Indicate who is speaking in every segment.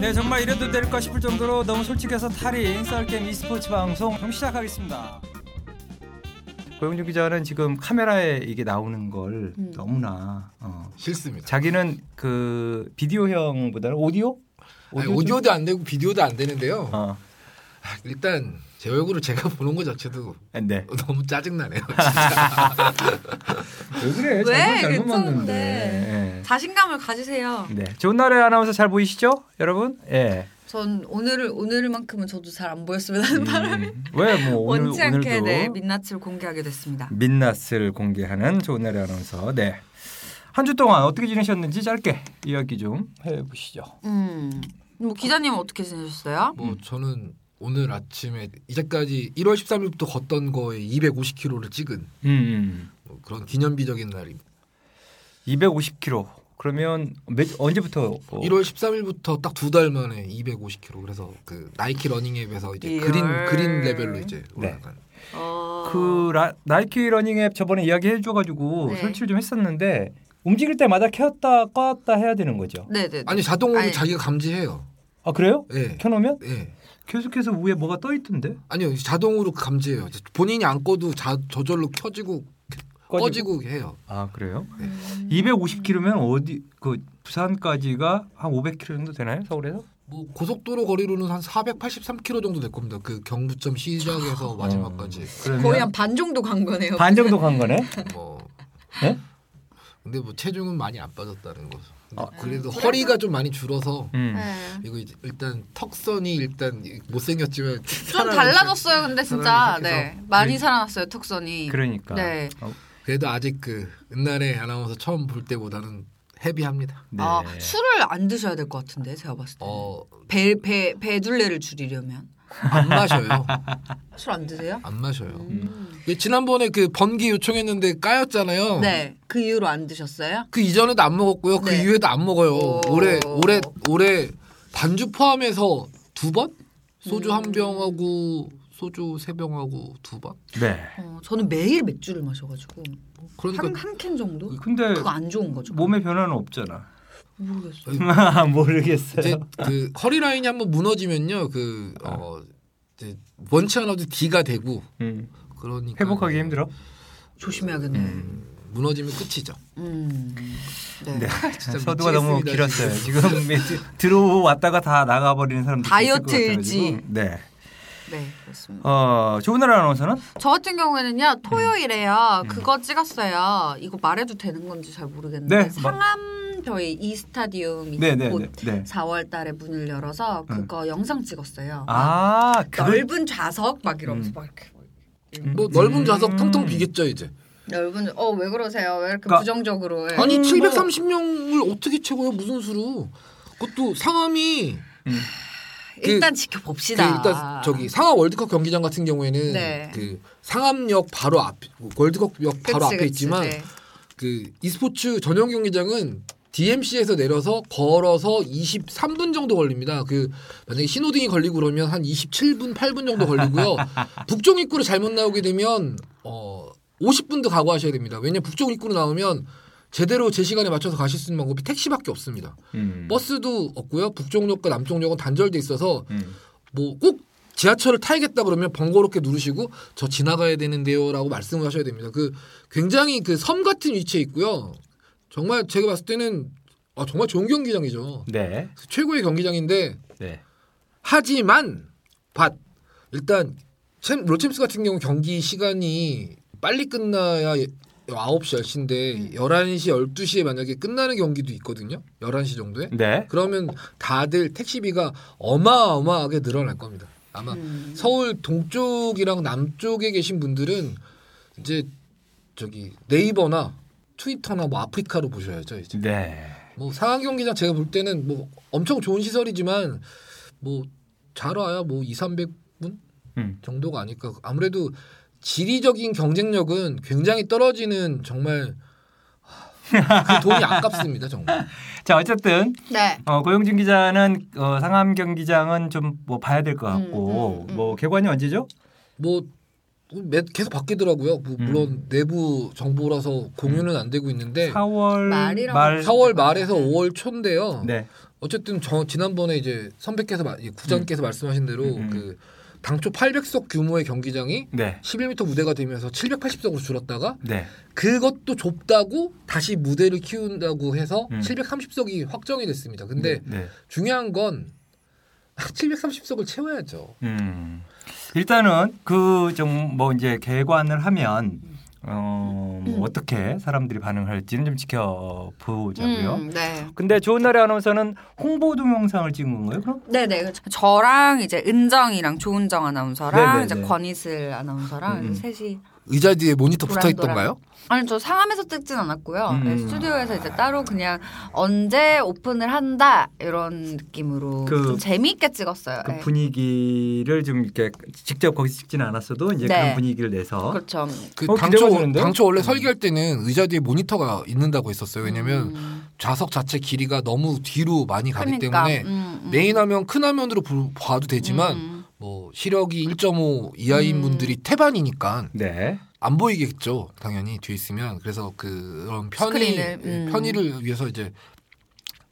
Speaker 1: 네 정말 이래도 될까 싶을 정도로 너무 솔직해서 탈인 썰게임 e스포츠 방송 그럼 시작하겠습니다. 고영준 기자는 지금 카메라에 이게 나오는 걸
Speaker 2: 음.
Speaker 1: 너무나 어.
Speaker 3: 싫습니다.
Speaker 1: 자기는 그 비디오형보다는 오디오?
Speaker 3: 아니,
Speaker 1: 좀-
Speaker 3: 오디오도 안 되고 비디오도 안 되는데요.
Speaker 1: 어.
Speaker 3: 아, 일단 제 얼굴을 제가 보는 것 자체도
Speaker 1: 네.
Speaker 3: 너무 짜증나네요.
Speaker 1: 왜 그래?
Speaker 2: 잘못 잘못
Speaker 1: 봤는데.
Speaker 2: 괜찮은데. 자신감을 가지세요.
Speaker 1: 네. 좋은 날의 아나운서 잘 보이시죠? 여러분? 예.
Speaker 2: 전 오늘을 오늘만큼은 저도 잘 안 보였습니다.
Speaker 1: 왜뭐 음, 오늘
Speaker 2: 원치 않게
Speaker 1: 오늘도
Speaker 2: 네, 민낯을 공개하게 됐습니다.
Speaker 1: 민낯을 공개하는 좋은 날의 아나운서. 네. 한 주 동안 어떻게 지내셨는지 짧게 이야기 좀 해보시죠.
Speaker 2: 음. 뭐 기자님 은 어떻게 지내셨어요?
Speaker 3: 뭐 저는 오늘 아침에 이제까지 1월 13일부터 걷던 거에 250km를 찍은
Speaker 1: 음.
Speaker 3: 뭐 그런 기념비적인 날입니다.
Speaker 1: 250kg. 그러면 몇, 언제부터? 어,
Speaker 3: 1월 13일부터 딱 두 달 만에 250km 그래서 그 나이키 러닝앱에서 이제
Speaker 2: 이열.
Speaker 3: 그린 그린 레벨로 이제 올라간.
Speaker 2: 어...
Speaker 1: 그 라, 나이키 러닝 앱 저번에 이야기 해줘가지고
Speaker 2: 네.
Speaker 1: 설치를 좀 했었는데 움직일 때마다 켰다 껐다 해야 되는 거죠.
Speaker 2: 네네.
Speaker 3: 아니 자동으로
Speaker 2: 아니.
Speaker 3: 자기가 감지해요.
Speaker 1: 아 그래요?
Speaker 3: 예.
Speaker 1: 켜놓으면
Speaker 3: 예.
Speaker 1: 계속해서 위에 뭐가 떠 있던데?
Speaker 3: 아니요 자동으로 감지해요. 이제 본인이 안 꺼도 자, 저절로 켜지고 꺼지고 해요.
Speaker 1: 아 그래요?
Speaker 3: 네.
Speaker 1: 250km면 어디 그 부산까지가 한 500km 정도 되나요? 서울에서?
Speaker 3: 뭐 고속도로 거리로는 한 483km 정도 될 겁니다. 그 경부점 시작에서 마지막까지.
Speaker 1: 그러면
Speaker 2: 거의 한 반 정도 간 거네요.
Speaker 1: 반 정도 간 거네.
Speaker 3: 뭐.
Speaker 1: 예?
Speaker 3: 근데 뭐 체중은 많이 안 빠졌다는 거. 근데
Speaker 1: 아.
Speaker 3: 그래도 허리가 좀 많이 줄어서
Speaker 1: 음.
Speaker 2: 네.
Speaker 3: 이거 이제 일단 턱선이 일단 못생겼지만
Speaker 2: 좀 달라졌어요, 근데 진짜
Speaker 3: 사람이
Speaker 2: 네
Speaker 3: 시작해서.
Speaker 2: 많이
Speaker 1: 네.
Speaker 2: 살아났어요 턱선이.
Speaker 1: 그러니까.
Speaker 2: 네.
Speaker 1: 어,
Speaker 3: 그래도 아직 그 은날에 아나운서 처음 볼 때보다는 헤비합니다.
Speaker 1: 네.
Speaker 2: 아 술을 안 드셔야 될 것 같은데 제가 봤을 때.
Speaker 3: 어 안
Speaker 2: 배배 배둘레를 줄이려면
Speaker 3: 마셔요.
Speaker 2: 술 안 드세요?
Speaker 3: 안 마셔요.
Speaker 2: 음.
Speaker 3: 그 지난번에 그 번기 요청했는데 까였잖아요.
Speaker 2: 네.
Speaker 1: 어.
Speaker 2: 그 이후로 안 드셨어요?
Speaker 3: 그 이전에도 안 먹었고요. 그
Speaker 2: 네.
Speaker 3: 이후에도 안 먹어요.
Speaker 2: 오.
Speaker 3: 올해 올해 올해 반주 포함해서 두 번? 소주
Speaker 2: 음.
Speaker 3: 한 병하고 소주 세 병하고 두 번?
Speaker 1: 네.
Speaker 2: 어, 저는 매일 맥주를 마셔가지고
Speaker 3: 그러니까
Speaker 2: 한 캔 정도?
Speaker 1: 근데
Speaker 3: 네.
Speaker 2: 그거 안 좋은 거죠?
Speaker 3: 뭐?
Speaker 1: 몸에 변화는 없잖아.
Speaker 2: 모르겠어요.
Speaker 1: 모르겠어요.
Speaker 3: 이제 그 허리 라인이 한번 무너지면요. 그
Speaker 1: 네.
Speaker 3: 어, 이제 원치 않아도 D가 되고
Speaker 1: 음.
Speaker 3: 그러니까
Speaker 1: 회복하기 힘들어.
Speaker 2: 조심해야겠네. 음.
Speaker 3: 무너지면 끝이죠.
Speaker 2: 네.
Speaker 1: 네.
Speaker 3: 진짜
Speaker 1: 서두가 너무
Speaker 3: 미치겠습니다,
Speaker 1: 길었어요. 지금 들어왔다가 다 나가버리는 사람들
Speaker 2: 다이어트 일지.
Speaker 1: 네.
Speaker 2: 네, 그렇습니다.
Speaker 1: 어 좋은 날 아나운서는
Speaker 2: 저 같은 경우에는요
Speaker 3: 네.
Speaker 2: 토요일에요 그거 찍었어요. 이거 말해도 되는 건지 잘 모르겠는데
Speaker 1: 네, 마-
Speaker 2: 상암표의 이 스타디움
Speaker 1: 네,
Speaker 2: 이곳
Speaker 1: 네,
Speaker 3: 뭐
Speaker 1: 네, 네.
Speaker 2: 4월달에 문을 열어서
Speaker 3: 네.
Speaker 2: 그거 영상 찍었어요.
Speaker 1: 아 음, 그걸
Speaker 2: 넓은 좌석 막
Speaker 3: 음.
Speaker 2: 이러면서 막 이렇게
Speaker 3: 뭐 넓은 좌석 텅텅 비겠죠 이제.
Speaker 2: 넓은 어 왜 그러세요? 왜 이렇게
Speaker 1: 그러니까-
Speaker 2: 부정적으로? 해?
Speaker 3: 아니 730명을 어떻게 채워요 무슨 수로? 그것도 상암이
Speaker 2: 일단
Speaker 3: 그
Speaker 2: 지켜봅시다.
Speaker 3: 일단 저기 상암 월드컵 경기장 같은 경우에는
Speaker 2: 네.
Speaker 3: 그 상암역 바로 앞 월드컵역 바로
Speaker 2: 그치,
Speaker 3: 앞에
Speaker 2: 그치,
Speaker 3: 있지만
Speaker 2: 네.
Speaker 3: 그 e스포츠 전용 경기장은 DMC에서 내려서 걸어서 23분 정도 걸립니다. 그 만약에 신호등이 걸리고 그러면 한 27분, 8분 정도 걸리고요. 북쪽 입구로 잘못 나오게 되면 어 50분도 각오하셔야 됩니다. 왜냐 북쪽 입구로 나오면 제대로 제 시간에 맞춰서 가실 수 있는 방법이 택시밖에 없습니다.
Speaker 1: 음.
Speaker 3: 뭐? 버스도 없고요. 북쪽역과 남쪽역은 단절돼 있어서
Speaker 1: 음.
Speaker 3: 뭐 꼭 지하철을 타야겠다 그러면 번거롭게 누르시고 저 지나가야 되는데요라고 말씀을 하셔야 됩니다. 그 굉장히 그 섬 같은 위치에 있고요. 정말 제가 봤을 때는 아, 정말 좋은 경기장이죠.
Speaker 1: 네.
Speaker 3: 최고의 경기장인데
Speaker 1: 네.
Speaker 3: 하지만 밭 일단 챔, 롤챔스 같은 경우 경기 시간이 빨리 끝나야 예, 9시 10시인데 11시 12시에 만약에 끝나는 경기도 있거든요. 11시 정도에.
Speaker 1: 네.
Speaker 3: 그러면 다들 택시비가 어마어마하게 늘어날 겁니다. 아마
Speaker 2: 음.
Speaker 3: 서울 동쪽이랑 남쪽에 계신 분들은 이제 저기 네이버나 트위터나 뭐 아프리카로 보셔야죠. 이제
Speaker 1: 네.
Speaker 3: 뭐 상암 경기장 제가 볼 때는 뭐 엄청 좋은 시설이지만 뭐 잘 와야 뭐 2, 300분
Speaker 1: 음.
Speaker 3: 정도가 아닐까. 아무래도 지리적인 경쟁력은 굉장히 떨어지는 정말 하, 그 돈이 아깝습니다 정말.
Speaker 1: 자 어쨌든
Speaker 2: 네.
Speaker 1: 어, 고영진 기자는 어, 상암 경기장은 좀 뭐 봐야 될 것 같고
Speaker 2: 음, 음, 음.
Speaker 1: 뭐 개관이 언제죠?
Speaker 3: 뭐 매- 계속 바뀌더라고요. 뭐 물론 내부
Speaker 4: 네.
Speaker 3: 정보라서 공유는 안 되고 있는데
Speaker 1: 4월
Speaker 2: 말이라고
Speaker 1: 말.
Speaker 2: 사-
Speaker 3: 4월 말에서 5월 초인데요.
Speaker 1: 네.
Speaker 4: 어쨌든 저 지난번에 이제 선배께서 마- 이 구장께서 말씀하신 대로
Speaker 1: 음.
Speaker 4: 그 당초 800석 규모의 경기장이
Speaker 1: 네.
Speaker 4: 11m 무대가 되면서 780석으로 줄었다가
Speaker 1: 네.
Speaker 4: 그것도 좁다고 다시 무대를 키운다고 해서
Speaker 1: 음.
Speaker 4: 730석이 확정이 됐습니다. 근데
Speaker 1: 네.
Speaker 4: 중요한 건 730석을 채워야죠.
Speaker 1: 음. 일단은 그 좀 뭐 이제 개관을 하면 어뭐
Speaker 2: 음.
Speaker 1: 어떻게 사람들이 반응할지는 좀 지켜보자고요.
Speaker 2: 음, 네.
Speaker 1: 근데 좋은 날의 아나운서는 홍보 동영상을 찍은 건가요? 그럼?
Speaker 2: 네네. 저랑 이제 은정이랑 조은정 아나운서랑
Speaker 1: 네네네.
Speaker 2: 이제 권희슬 아나운서랑
Speaker 1: 음.
Speaker 2: 셋이
Speaker 4: 의자 뒤에 모니터
Speaker 2: 붙어 있던가요? 아니 저 상암에서 찍진 않았고요.
Speaker 1: 음.
Speaker 2: 네, 스튜디오에서 이제 따로 그냥 언제 오픈을 한다 이런 느낌으로
Speaker 1: 그-
Speaker 2: 좀 재미있게 찍었어요.
Speaker 1: 그
Speaker 2: 네.
Speaker 1: 분위기를 좀 이렇게 직접 거기서 찍지는 않았어도 이제
Speaker 2: 네.
Speaker 1: 그런 분위기를 내서
Speaker 2: 그렇죠.
Speaker 3: 그
Speaker 1: 어, 기대가
Speaker 3: 당초
Speaker 1: 되는데요?
Speaker 3: 당초 원래 설계할 때는 의자 뒤에 모니터가 있는다고 했었어요. 왜냐면
Speaker 2: 음.
Speaker 3: 좌석 자체 길이가 너무 뒤로 많이 가기
Speaker 2: 그러니까,
Speaker 3: 때문에
Speaker 2: 음, 음.
Speaker 3: 메인 화면 큰 화면으로 보- 봐도 되지만
Speaker 2: 음,
Speaker 3: 뭐 시력이 1.5 이하인
Speaker 2: 음.
Speaker 3: 분들이 태반이니까
Speaker 1: 네.
Speaker 3: 안 보이겠죠. 당연히 뒤에 있으면 그래서 그런 편의 예,
Speaker 2: 스크린을, 음.
Speaker 3: 편의를 위해서 이제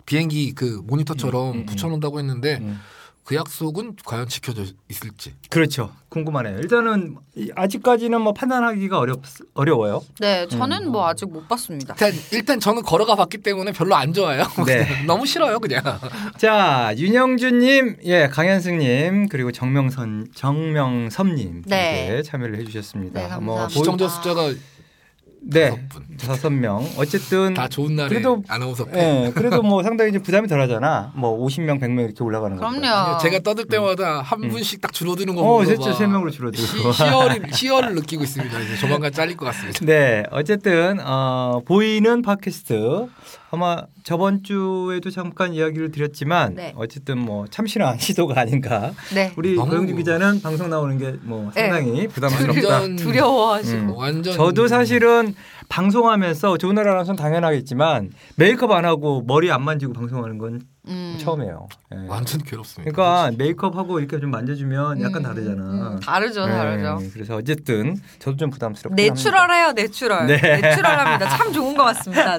Speaker 3: 비행기 그 모니터처럼
Speaker 1: 음, 음,
Speaker 3: 붙여놓는다고 했는데
Speaker 1: 음.
Speaker 3: 그 약속은 과연 지켜져 있을지.
Speaker 1: 그렇죠. 궁금하네요. 일단은 이- 아직까지는 뭐 판단하기가 어렵 어려워요.
Speaker 2: 네, 저는 뭐 아직 못 봤습니다.
Speaker 1: 음.
Speaker 3: 일단, 일단 저는 걸어가 봤기 때문에 별로 안 좋아요.
Speaker 1: 네.
Speaker 3: 너무 싫어요 그냥.
Speaker 2: 아,
Speaker 1: 자, 윤영준님, 예, 강현승님, 그리고 정명선, 정명섭님.
Speaker 2: 네.
Speaker 1: 이렇게 참여를 해주셨습니다.
Speaker 2: 네,
Speaker 1: 뭐,
Speaker 2: 감사합니다.
Speaker 1: 보-
Speaker 3: 시청자 숫자가
Speaker 1: 네,
Speaker 3: 다섯 분.
Speaker 1: 다섯 명. 어쨌든.
Speaker 3: 다 좋은 날에
Speaker 1: 그래도-
Speaker 3: 아나운서 팬.
Speaker 1: 예, 그래도 뭐 상당히 이제 부담이 덜 하잖아. 뭐 50명, 100명 이렇게 올라가는 거.
Speaker 2: 그럼요.
Speaker 3: 제가 떠들 때마다 한
Speaker 1: 음.
Speaker 3: 분씩 딱 줄어드는 거
Speaker 1: 어,
Speaker 3: 보면서
Speaker 1: 진짜
Speaker 3: 막
Speaker 1: 세 명으로
Speaker 3: 시-
Speaker 1: 줄어들고.
Speaker 3: 시열을 시열을 느끼고 있습니다. 이제 조만간 잘릴 것 같습니다.
Speaker 1: 네, 어쨌든 어, 보이는 팟캐스트 아마 저번 주에도 잠깐 이야기를 드렸지만
Speaker 2: 네.
Speaker 1: 어쨌든 뭐 참신한 시도가 아닌가.
Speaker 2: 네.
Speaker 1: 우리
Speaker 3: 너무-
Speaker 1: 고영준 기자는 방송 나오는 게 뭐
Speaker 2: 네.
Speaker 1: 상당히 부담스럽다.
Speaker 2: 두려워하시고.
Speaker 1: 음.
Speaker 3: 완전
Speaker 1: 저도 사실은 방송하면서 좋은 날 아나운서는 당연하겠지만 메이크업 안 하고 머리 안 만지고 방송하는 건
Speaker 2: 음.
Speaker 1: 처음이에요. 예.
Speaker 3: 완전 괴롭습니다.
Speaker 1: 그러니까 메이크업하고 이렇게 좀 만져주면 약간
Speaker 2: 음,
Speaker 1: 다르잖아.
Speaker 2: 음, 다르죠,
Speaker 1: 네,
Speaker 2: 다르죠.
Speaker 1: 그래서 어쨌든 저도 좀 부담스럽긴 합니다.
Speaker 2: 내추럴해요, 내추럴.
Speaker 1: 네.
Speaker 2: 내추럴합니다. 참 좋은 것 같습니다.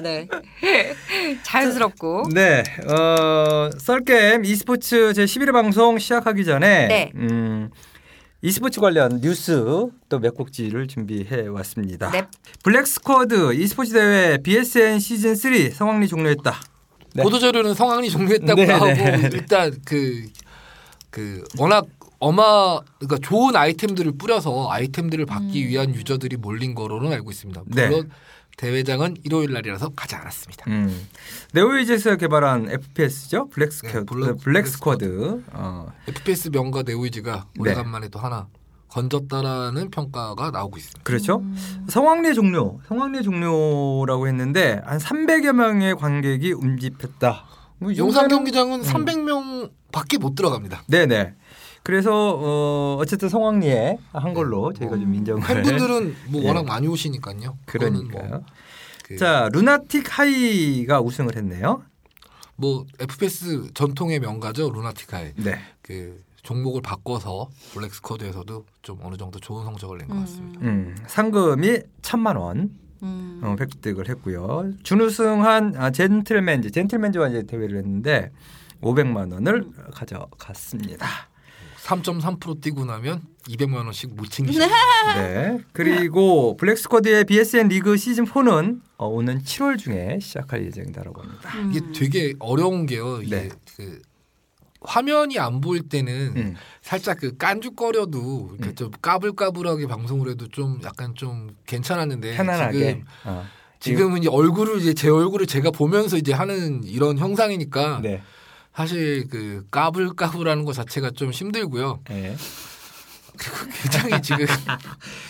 Speaker 2: 네. 자연스럽고.
Speaker 1: 네, 어, 썰겜 e스포츠 제 11회 방송 시작하기 전에
Speaker 2: 네.
Speaker 1: 음, e스포츠 관련 뉴스 또 몇 곡지를 준비해 왔습니다.
Speaker 2: 넵.
Speaker 1: 블랙 스쿼드 e스포츠 대회 BSN 시즌 3 성황리 종료했다. 네.
Speaker 3: 보도 자료는 성황리 종료했다고
Speaker 1: 네,
Speaker 3: 나오고
Speaker 1: 네.
Speaker 3: 일단 그 그 워낙 어마 그러니까 좋은 아이템들을 뿌려서 아이템들을 받기 위한 유저들이 몰린 거로는 알고 있습니다.
Speaker 1: 네.
Speaker 3: 물론 대회장은 일요일 날이라서 가지 않았습니다.
Speaker 1: 음. 네오이제스가 개발한 FPS죠. 블랙 스쿼드.
Speaker 3: 네, 블랙-
Speaker 1: 블랙
Speaker 3: 블랙
Speaker 1: 스쿼드. 어,
Speaker 3: FPS 명가 네오이즈가
Speaker 1: 네.
Speaker 3: 오래간만에 또 하나 건졌다라는 평가가 나오고 있습니다.
Speaker 1: 그렇죠. 성황리 종료, 성황리 종료라고 했는데 한 300여 명의 관객이 움집했다. 뭐
Speaker 3: 용산 경기장은 300명 밖에 못 들어갑니다.
Speaker 1: 네네. 그래서 어 어쨌든 성황리에 한 걸로 저희가 좀 인정을.
Speaker 3: 음. 팬분들은 뭐
Speaker 1: 예.
Speaker 3: 워낙 많이 오시니까요. 그거는
Speaker 1: 네. 그러니까요.
Speaker 3: 그-
Speaker 1: 자 루나틱 하이가 우승을 했네요.
Speaker 3: 뭐 FPS 전통의 명가죠 루나티카의
Speaker 1: 네.
Speaker 3: 그 종목을 바꿔서 블랙 스쿼드에서도 좀 어느 정도 좋은 성적을 낸 것 같습니다.
Speaker 1: 음, 상금이 천만 원
Speaker 2: 음.
Speaker 1: 어, 획득을 했고요. 준우승한 아, 젠틀맨즈, 젠틀맨즈와 이제 대회를 했는데 500만 원을 가져갔습니다.
Speaker 3: 3.3% 뛰고 나면 200만 원씩 못 챙기죠.
Speaker 1: 네. 그리고 블랙스쿼드의 BSN 리그 시즌 4는 어, 오는 7월 중에 시작할 예정이다라고 합니다.
Speaker 2: 음.
Speaker 3: 이게 되게 어려운 게요. 이게
Speaker 1: 네.
Speaker 3: 그 화면이 안 보일 때는
Speaker 1: 음.
Speaker 3: 살짝 그 깐죽거려도 이렇게
Speaker 1: 음.
Speaker 3: 좀 까불까불하게 방송을 해도 좀 약간 좀 괜찮았는데
Speaker 1: 편안하게.
Speaker 3: 네, 지금
Speaker 1: 어.
Speaker 3: 지금은 이제 얼굴을 이제 제 얼굴을 제가 보면서 이제 하는 이런 형상이니까
Speaker 1: 네.
Speaker 3: 사실 그 까불까불하는 것 자체가 좀 힘들고요.
Speaker 1: 예.
Speaker 3: 굉장히 지금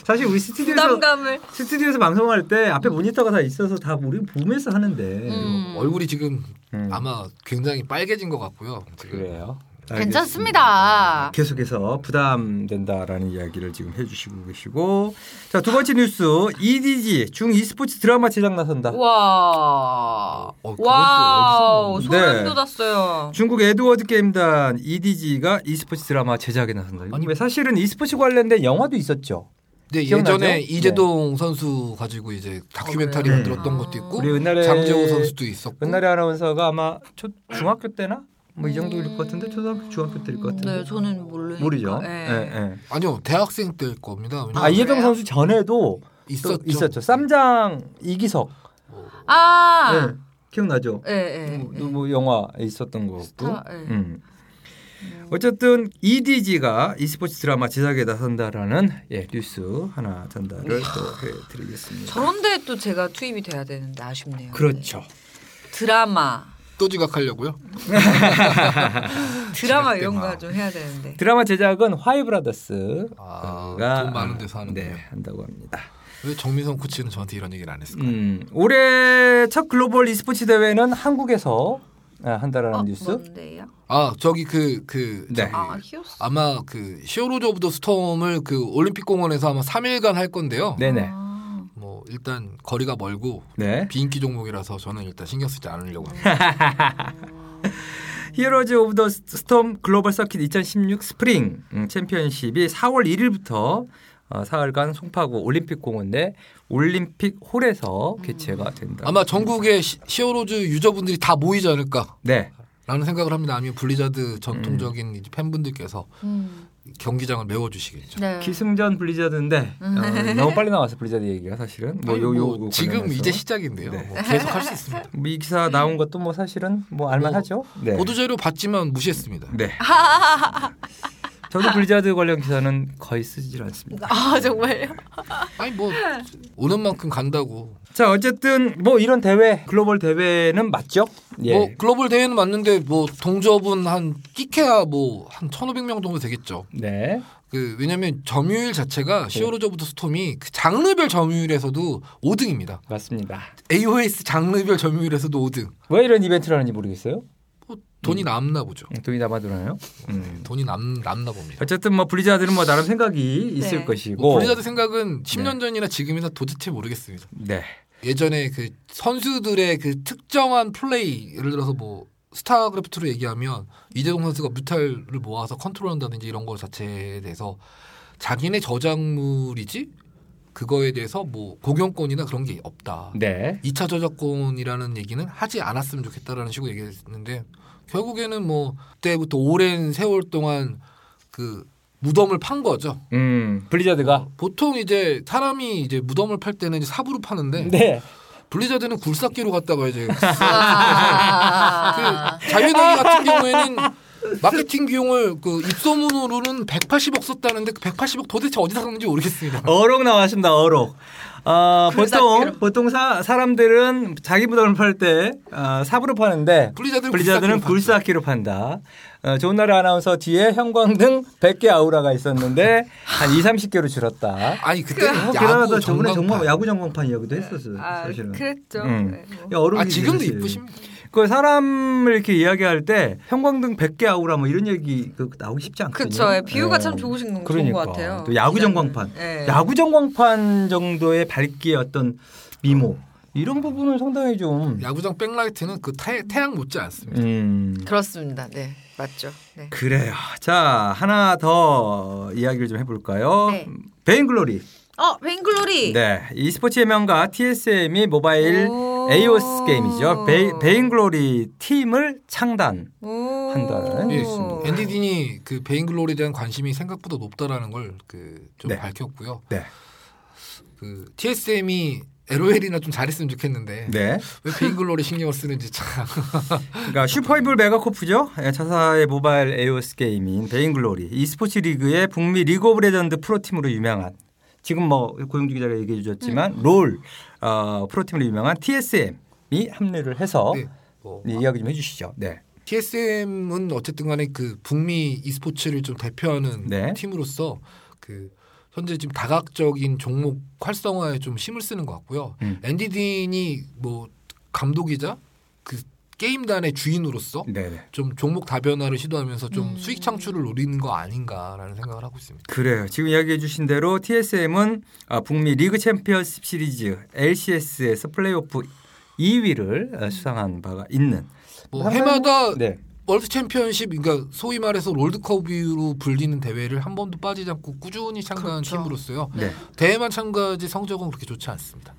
Speaker 1: 사실 우리 스튜디오에서
Speaker 2: 부담감을.
Speaker 1: 스튜디오에서 방송할 때 앞에 모니터가 다 있어서 다 우리 보면서 하는데
Speaker 2: 음.
Speaker 3: 얼굴이 지금
Speaker 1: 음,
Speaker 3: 아마 굉장히 빨개진 것 같고요. 지금.
Speaker 1: 그래요.
Speaker 2: 괜찮습니다.
Speaker 1: 계속해서 부담된다라는 이야기를 지금 해주시고 계시고 자두 번째 뉴스 EDG 중 e스포츠 드라마 제작 나선다.
Speaker 2: 와.
Speaker 1: 뭐
Speaker 3: 어, 그것도
Speaker 2: 와.
Speaker 3: 어디서
Speaker 1: 나오는-
Speaker 2: 소름
Speaker 1: 네.
Speaker 2: 돋았어요.
Speaker 1: 중국 에드워드 게임단 EDG가 e스포츠 드라마 제작에 나선다.
Speaker 3: 아니,
Speaker 1: 왜 사실은 e스포츠 관련된 영화도 있었죠.
Speaker 3: 네,
Speaker 1: 기억나죠?
Speaker 3: 예전에 이재동 선수 가지고 이제 다큐멘터리
Speaker 1: 어, 네. 그래요?
Speaker 3: 만들었던
Speaker 2: 음.
Speaker 3: 것도 있고
Speaker 1: 우리 옛날에
Speaker 3: 장재호 선수도 있었고
Speaker 1: 옛날에 아나운서가 아마 초, 중학교 때나 뭐 이 정도일 것 같은데 초등학교 중학교 때일 것 같은데
Speaker 2: 음. 네, 저는 모르니까.
Speaker 1: 모르죠.
Speaker 2: 예.
Speaker 1: 예, 예.
Speaker 3: 아니요 대학생 때일 겁니다. 왜냐면
Speaker 1: 아 이해경
Speaker 2: 그래요?
Speaker 1: 선수 전에도 또
Speaker 3: 있었죠.
Speaker 1: 있었죠. 쌈장 이기석
Speaker 2: 아,
Speaker 1: 네, 기억나죠?
Speaker 2: 예, 예.
Speaker 1: 뭐,
Speaker 2: 예.
Speaker 1: 또뭐 영화 있었던 거고.
Speaker 2: 스타, 예.
Speaker 1: 음. 어쨌든 EDG가 e스포츠 드라마 제작에 나선다라는 예, 뉴스 하나 전달을 또 해드리겠습니다.
Speaker 2: 저런데 또 제가 투입이 돼야 되는데 아쉽네요.
Speaker 1: 그렇죠.
Speaker 2: 네. 드라마,
Speaker 3: 또 지각하려고요.
Speaker 2: 드라마
Speaker 3: 지각 때
Speaker 2: 이런
Speaker 3: 막.
Speaker 2: 거 좀 해야 되는데.
Speaker 1: 드라마 제작은 화이브라더스가
Speaker 3: 아, 돈 많은 데서 하는데
Speaker 1: 네, 한다고 합니다.
Speaker 3: 왜 정민성 코치는 저한테 이런 얘기를 안 했을까? 요
Speaker 1: 음, 올해 첫 글로벌 e스포츠 대회는 한국에서 아, 한다라는
Speaker 2: 아,
Speaker 1: 뉴스.
Speaker 2: 뭔데요?
Speaker 3: 아 저기 그그
Speaker 1: 네.
Speaker 2: 아, 히오스.
Speaker 3: 아마 그 히어로즈 오브 더 스톰을 그 올림픽 공원에서 아마 3일간 할 건데요.
Speaker 1: 네네.
Speaker 2: 아.
Speaker 3: 뭐 일단 거리가 멀고
Speaker 1: 네.
Speaker 3: 비인기 종목이라서 저는 일단 신경 쓰지 않으려고 합니다.
Speaker 1: 히어로즈 오브 더 스톰 글로벌 서킷 2016 스프링 음, 챔피언십이 4월 1일부터 어, 4일간 송파구 올림픽 공원 내 올림픽 홀에서 개최가 된다.
Speaker 3: 아마 전국의 시- 히어로즈 유저분들이 다 모이지 않을까라는
Speaker 1: 네.
Speaker 3: 생각을 합니다. 아니면 블리자드 전통적인 이제 팬분들께서
Speaker 2: 음.
Speaker 3: 경기장을 메워주시겠죠.
Speaker 2: 네.
Speaker 1: 기승전 블리자드인데 어, 너무 빨리 나왔어 블리자드 얘기가 사실은 뭐
Speaker 3: 아니,
Speaker 1: 요, 요,
Speaker 3: 뭐
Speaker 1: 요
Speaker 3: 지금
Speaker 1: 관련해서.
Speaker 3: 이제 시작인데요.
Speaker 1: 네.
Speaker 3: 뭐 계속 할 수 있습니다.
Speaker 1: 뭐이 기사 나온 것도 뭐 사실은 뭐 알만하죠. 네.
Speaker 3: 보도 자료 봤지만 무시했습니다.
Speaker 1: 네. 저도 블리자드 관련 기사는 거의 쓰질 않습니다.
Speaker 2: 아, 정말요?
Speaker 3: 아니 뭐 오는 만큼 간다고.
Speaker 1: 자 어쨌든 뭐 이런 대회 글로벌 대회는 맞죠? 예.
Speaker 3: 뭐 글로벌 대회는 맞는데 뭐 동접은 한 끼케야 뭐 한 1,500명 정도 되겠죠.
Speaker 1: 네.
Speaker 3: 그 왜냐면 점유율 자체가 시오로저부터 스톰이 그 장르별 점유율에서도 5등입니다.
Speaker 1: 맞습니다.
Speaker 3: AOS 장르별 점유율에서도 5등.
Speaker 1: 왜 이런 이벤트를 하는지 모르겠어요.
Speaker 3: 뭐 돈이 남나 보죠.
Speaker 1: 음, 돈이 남아도나요? 음.
Speaker 3: 돈이 남 남나 봅니다.
Speaker 1: 어쨌든 뭐 블리자드는 뭐 나름 생각이 있을
Speaker 2: 네.
Speaker 1: 것이고.
Speaker 3: 뭐 블리자드 생각은 10년 전이나 지금이나 도대체 모르겠습니다.
Speaker 1: 네.
Speaker 3: 예전에 그 선수들의 그 특정한 플레이 예를 들어서 뭐 스타크래프트로 얘기하면 이재동 선수가 뮤탈을 모아서 컨트롤한다든지 이런 거 자체에 대해서 자기네 저작물이지 그거에 대해서 뭐 공연권이나 그런 게 없다.
Speaker 1: 네.
Speaker 3: 2차 저작권이라는 얘기는 하지 않았으면 좋겠다라는 식으로 얘기했는데 결국에는 뭐 그때부터 오랜 세월 동안 그 무덤을 판 거죠.
Speaker 1: 음. 블리자드가
Speaker 3: 보통 이제 사람이 이제 무덤을 팔 때는 이제 삽으로 파는데
Speaker 1: 네.
Speaker 3: 블리자드는 굴삭기로 갔다가 이제
Speaker 2: 아.
Speaker 3: 그 자유당 같은 경우에는 마케팅 비용을 그 입소문으로는 180억 썼다는데 그 180억 도대체 어디서 썼는지 모르겠습니다.
Speaker 1: 어록 나왔습니다. 어록. 어,
Speaker 2: 굴삭
Speaker 1: 보통
Speaker 2: 그럼.
Speaker 1: 보통 사, 사람들은 자기 무덤을 팔때 어, 삽으로 파는데
Speaker 3: 블리자드는,
Speaker 1: 블리자드는
Speaker 3: 굴삭기로
Speaker 1: 굴삭기로 판다. 어, 좋은 날의 아나운서 뒤에 형광등 100개 아우라가 있었는데 한 2, 30개로 줄었다. 어,
Speaker 3: 팠죠. 아니 그때는
Speaker 1: 그러다
Speaker 3: 야구
Speaker 1: 저번에 정말
Speaker 3: 전광판.
Speaker 1: 야구 전광판 이야기도 했었어요.
Speaker 2: 아,
Speaker 1: 그 사실은.
Speaker 2: 그랬죠.
Speaker 1: 음.
Speaker 2: 네, 뭐.
Speaker 1: 야, 어른이
Speaker 3: 아 지금도
Speaker 1: 되셨어요.
Speaker 3: 이쁘십니다.
Speaker 1: 그 사람을 이렇게 이야기할 때 형광등 100개 아우라 뭐 이런 얘기 그 나오기 쉽지 않거든요.
Speaker 2: 그쵸. 예, 비유가
Speaker 1: 예.
Speaker 2: 참 좋으신 건
Speaker 1: 그러니까.
Speaker 2: 좋은 것 같아요.
Speaker 1: 또 야구
Speaker 2: 디자인.
Speaker 1: 전광판.
Speaker 2: 예.
Speaker 1: 야구 전광판 정도의 밝기의 어떤 미모 이런 부분은 상당히 좀
Speaker 3: 야구장 백라이트는 그 태, 태양 못지 않습니다.
Speaker 1: 음.
Speaker 2: 그렇습니다. 네, 맞죠. 네.
Speaker 1: 그래요. 자 하나 더 이야기를 좀 해볼까요?
Speaker 2: 네.
Speaker 1: 베인글로리.
Speaker 2: 어, 뱅글로리.
Speaker 1: 네, e스포츠 예명가 TSM이 모바일
Speaker 2: 오.
Speaker 1: AOS 게임이죠. 베, 베인글로리 팀을 창단.
Speaker 2: 오. 음.
Speaker 1: 판단을
Speaker 3: 예,
Speaker 1: 오.
Speaker 3: 앤디 딘이 그 베인글로리에 대한 관심이 생각보다 높다라는 걸 그 좀
Speaker 1: 네.
Speaker 3: 밝혔고요.
Speaker 1: 네.
Speaker 3: 그 TSM이 LOL이나 좀 잘했으면 좋겠는데
Speaker 1: 네.
Speaker 3: 왜 베인글로리 신경을 쓰는지 참.
Speaker 1: 그러니까 슈퍼이블 메가코프죠. 예, 자사의 모바일 AOS 게임인 베인글로리 e스포츠 리그의 북미 리그 오브 레전드 프로팀으로 유명한 지금 뭐 고용주 기자가 얘기해 주셨지만
Speaker 3: 네.
Speaker 1: 롤 어, 프로팀으로 유명한 TSM이 합류를 해서
Speaker 3: 네. 뭐
Speaker 1: 네, 이야기 좀 해주시죠. 네.
Speaker 3: TSM은 어쨌든 간에 그 북미 e스포츠를 좀 대표하는
Speaker 1: 네.
Speaker 3: 팀으로서 그 현재 지금 다각적인 종목 활성화에 좀 힘을 쓰는 것 같고요.
Speaker 1: 음.
Speaker 3: 앤디 딘이 뭐 감독이자 그 게임단의 주인으로서
Speaker 1: 네.
Speaker 3: 좀 종목 다변화를 시도하면서 좀
Speaker 2: 음.
Speaker 3: 수익 창출을 노리는 거 아닌가라는 생각을 하고 있습니다.
Speaker 1: 그래요. 지금 이야기해 주신 대로 TSM은 어, 북미 리그 챔피언십 시리즈 LCS에서 플레이오프 2위를 어, 수상한 바가 있는
Speaker 3: 뭐
Speaker 1: 한
Speaker 3: 해마다
Speaker 1: 네.
Speaker 3: 월드 챔피언십 그러니까 소위 말해서 롤드컵으로 불리는 대회를 한 번도 빠지지 않고 꾸준히 참가한
Speaker 2: 그렇죠.
Speaker 3: 팀으로서요.
Speaker 1: 네.
Speaker 3: 대회만 참가하지 성적은 그렇게 좋지 않습니다.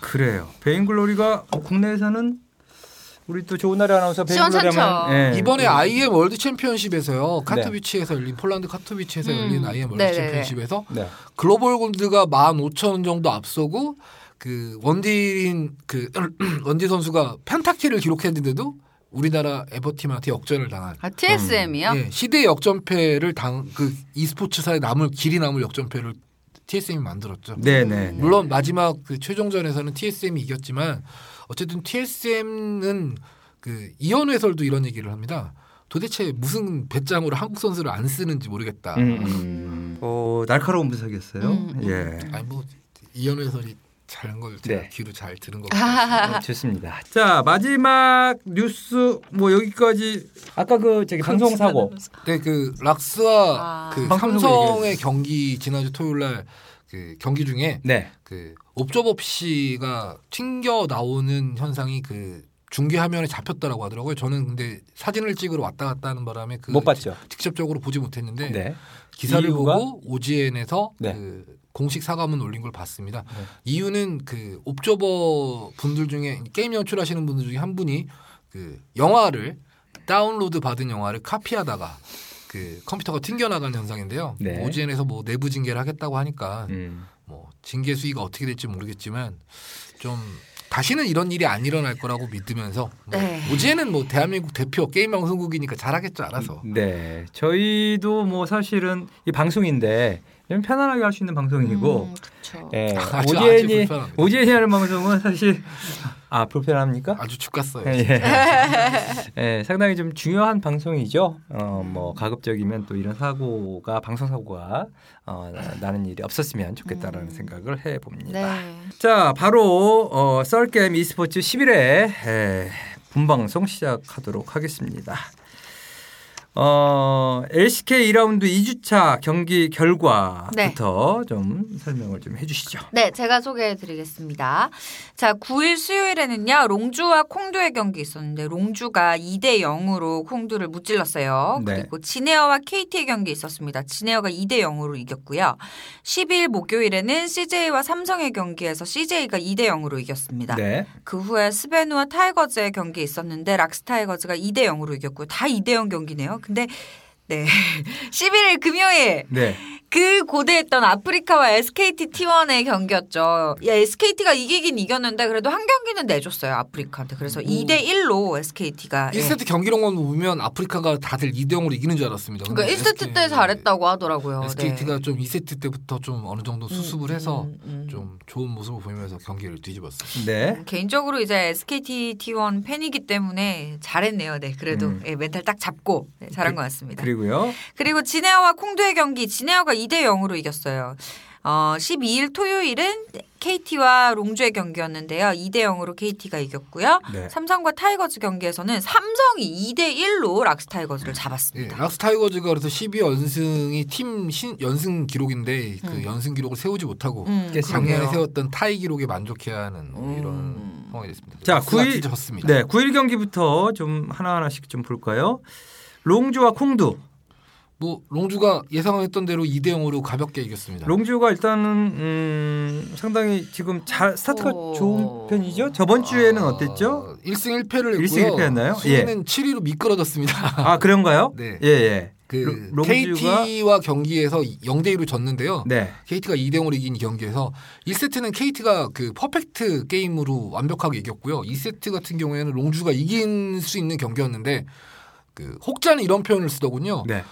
Speaker 1: 그래요. 베인글로리가 어, 국내에서는 우리 또 좋은 나라 아나운서 베이글로리
Speaker 2: 시원찮죠.
Speaker 1: 하면 예.
Speaker 3: 이번에 IM 월드 챔피언십에서요 카토비치에서 열린 폴란드 카토비치에서
Speaker 2: 음.
Speaker 3: 열린 IM 월드
Speaker 2: 네네네.
Speaker 3: 챔피언십에서
Speaker 1: 네.
Speaker 3: 글로벌 골드가 15,000원 정도 앞서고 그 원딜인 그 원딜 선수가 펜타키를 기록했는데도 우리나라 에버팀한테 역전을 당한
Speaker 1: 음.
Speaker 2: 아, TSM이요?
Speaker 3: 예, 시대 역전패를 당 그 e스포츠사에 남을 길이 남을 역전패를 TSM이 만들었죠.
Speaker 1: 네, 네.
Speaker 3: 물론 마지막 그 최종전에서는 TSM이 이겼지만 어쨌든 TSM은 그 이현 해설도 이런 얘기를 합니다. 도대체 무슨 배짱으로 한국 선수를 안 쓰는지 모르겠다.
Speaker 1: 음, 음. 어, 날카로운 분석이었어요.
Speaker 2: 음,
Speaker 1: 예.
Speaker 3: 아니 뭐 이현 해설이 잘한 걸 제가
Speaker 1: 네.
Speaker 3: 귀로 잘 들은 것 같아요.
Speaker 1: 좋습니다. 자 마지막 뉴스 뭐 여기까지 아까 그 저기 방송 사고
Speaker 3: 네, 그 락스와
Speaker 2: 아.
Speaker 3: 그
Speaker 1: 방송으로
Speaker 3: 삼성의
Speaker 1: 얘기해주세요.
Speaker 3: 경기 지난주 토요일 날 그 경기 중에
Speaker 1: 네.
Speaker 3: 그 옵저버 씨가 튕겨 나오는 현상이 그 중계 화면에 잡혔다라고 하더라고요. 저는 근데 사진을 찍으러 왔다 갔다 하는 바람에 그
Speaker 1: 못 봤죠.
Speaker 3: 직접적으로 보지 못했는데
Speaker 1: 네.
Speaker 3: 기사를
Speaker 1: 이유가?
Speaker 3: 보고 오지엔에서
Speaker 1: 네.
Speaker 3: 그 공식 사과문 올린 걸 봤습니다.
Speaker 1: 네.
Speaker 3: 이유는 그 옵저버 분들 중에 게임 연출하시는 분들 중에 한 분이 그 영화를 다운로드 받은 영화를 카피하다가 그 컴퓨터가 튕겨나간 현상인데요.
Speaker 1: 네.
Speaker 3: 오지엔에서 뭐 내부 징계를 하겠다고 하니까
Speaker 1: 음.
Speaker 3: 뭐 징계 수위가 어떻게 될지 모르겠지만 좀 다시는 이런 일이 안 일어날 거라고 믿으면서 뭐
Speaker 2: 네.
Speaker 3: 오지에는 뭐 대한민국 대표 게임 방송국이니까 잘하겠죠 알아서
Speaker 1: 네. 저희도 뭐 사실은 이 방송인데 좀 편안하게 할 수 있는 방송이고
Speaker 2: 음, 그쵸.
Speaker 1: 예.
Speaker 3: 아주- 아주
Speaker 1: 오지엔이
Speaker 3: 불편합니다.
Speaker 1: 오지엔이 하는 방송은 사실 아 불편합니까?
Speaker 3: 아주 죽갔어요.
Speaker 1: 예. 예, 상당히 좀 중요한 방송이죠. 어, 뭐 가급적이면 또 이런 사고가 방송 사고가 어, 나- 나는 일이 없었으면 좋겠다라는
Speaker 2: 음.
Speaker 1: 생각을 해봅니다.
Speaker 2: 네.
Speaker 1: 자, 바로 어, 썰게임 e스포츠 11회 에, 본방송 시작하도록 하겠습니다. 어, LCK 2라운드 2주차 경기 결과부터 좀 설명을 좀 해주시죠.
Speaker 2: 네, 제가 소개해 드리겠습니다. 자, 9일 수요일에는요, 롱주와 콩두의 경기 있었는데, 롱주가 2대 0으로 콩두를 무찔렀어요.
Speaker 1: 네.
Speaker 2: 그리고 진에어와 KT의 경기 있었습니다. 진에어가 2대 0으로 이겼고요. 12일 목요일에는 CJ와 삼성의 경기에서 CJ가 2대 0으로 이겼습니다.
Speaker 1: 네,
Speaker 2: 그 후에 스베누와 타이거즈의 경기 있었는데 락스타이거즈가 2대 0으로 이겼고요. 다 2대 0 경기네요. 근데 네. 11일 금요일
Speaker 1: 네,
Speaker 2: 그 고대했던 아프리카와 SKT T1의 경기였죠. 야, SKT가 이기긴 이겼는데 그래도 한 경기는 내줬어요. 아프리카한테. 그래서 2대 1로 SKT가 예.
Speaker 3: 1세트 경기록만 보면 아프리카가 다들 2대0으로 이기는 줄 알았습니다.
Speaker 2: 그러니까 1세트 때 잘했다고 하더라고요.
Speaker 3: SKT가 좀 2세트 때부터 좀 어느 정도
Speaker 2: 네.
Speaker 3: 수습을 해서
Speaker 2: 음, 음, 음.
Speaker 3: 좀 좋은 모습을 보이면서 경기를 뒤집었어요.
Speaker 1: 네.
Speaker 2: 개인적으로 이제 SKT T1 팬이기 때문에 잘했네요. 네, 그래도
Speaker 1: 음.
Speaker 2: 예, 멘탈 딱 잡고 네, 잘한 것 같습니다.
Speaker 1: 그리고요.
Speaker 2: 그리고 진에어와 콩두의 경기 진에어가 2대 0으로 이겼어요. 어, 12일 토요일은 KT와 롱주의 경기였는데요. 2대 0으로 KT가 이겼고요.
Speaker 1: 네.
Speaker 2: 삼성과 타이거즈 경기에서는 삼성이 2대 1로 락스타이거즈를
Speaker 3: 예,
Speaker 2: 잡았습니다.
Speaker 3: 락스 타이거즈가 그래서 12연승이 팀 신, 연승 기록인데 그 연승 기록을 세우지 못하고
Speaker 2: 음,
Speaker 1: 깼어요.
Speaker 3: 작년에
Speaker 2: 그러네요.
Speaker 3: 세웠던 타이 기록에 만족해야 하는 뭐 이런
Speaker 2: 음.
Speaker 3: 상황이 됐습니다.
Speaker 1: 자,
Speaker 3: 락스가
Speaker 1: 구일-
Speaker 3: 뒤졌습니다.
Speaker 1: 네, 9일 경기부터 좀 하나하나씩 좀 볼까요? 롱주와 콩두.
Speaker 3: 뭐 롱주가 예상했던 대로 2대 0으로 가볍게 이겼습니다.
Speaker 1: 롱주가 일단은 음, 상당히 지금 잘 스타트가
Speaker 2: 오.
Speaker 1: 좋은 편이죠. 저번 주에는
Speaker 3: 아.
Speaker 1: 어땠죠?
Speaker 3: 1승 1패를
Speaker 1: 일승
Speaker 3: 했고요.
Speaker 1: 일패였나요? 예.
Speaker 3: 순위는 7위로 미끄러졌습니다.
Speaker 1: 아 그런가요?
Speaker 3: 네.
Speaker 1: 예, 예.
Speaker 3: 그
Speaker 1: 롱- 롱주가-
Speaker 3: KT와 경기에서 0대 1로 졌는데요.
Speaker 1: 네.
Speaker 3: KT가 2대 0으로 이긴 경기에서 1세트는 KT가 그 퍼펙트 게임으로 완벽하게 이겼고요. 2세트 같은 경우에는 롱주가 이길 수 있는 경기였는데 그 혹자는 이런 표현을 쓰더군요.
Speaker 1: 네.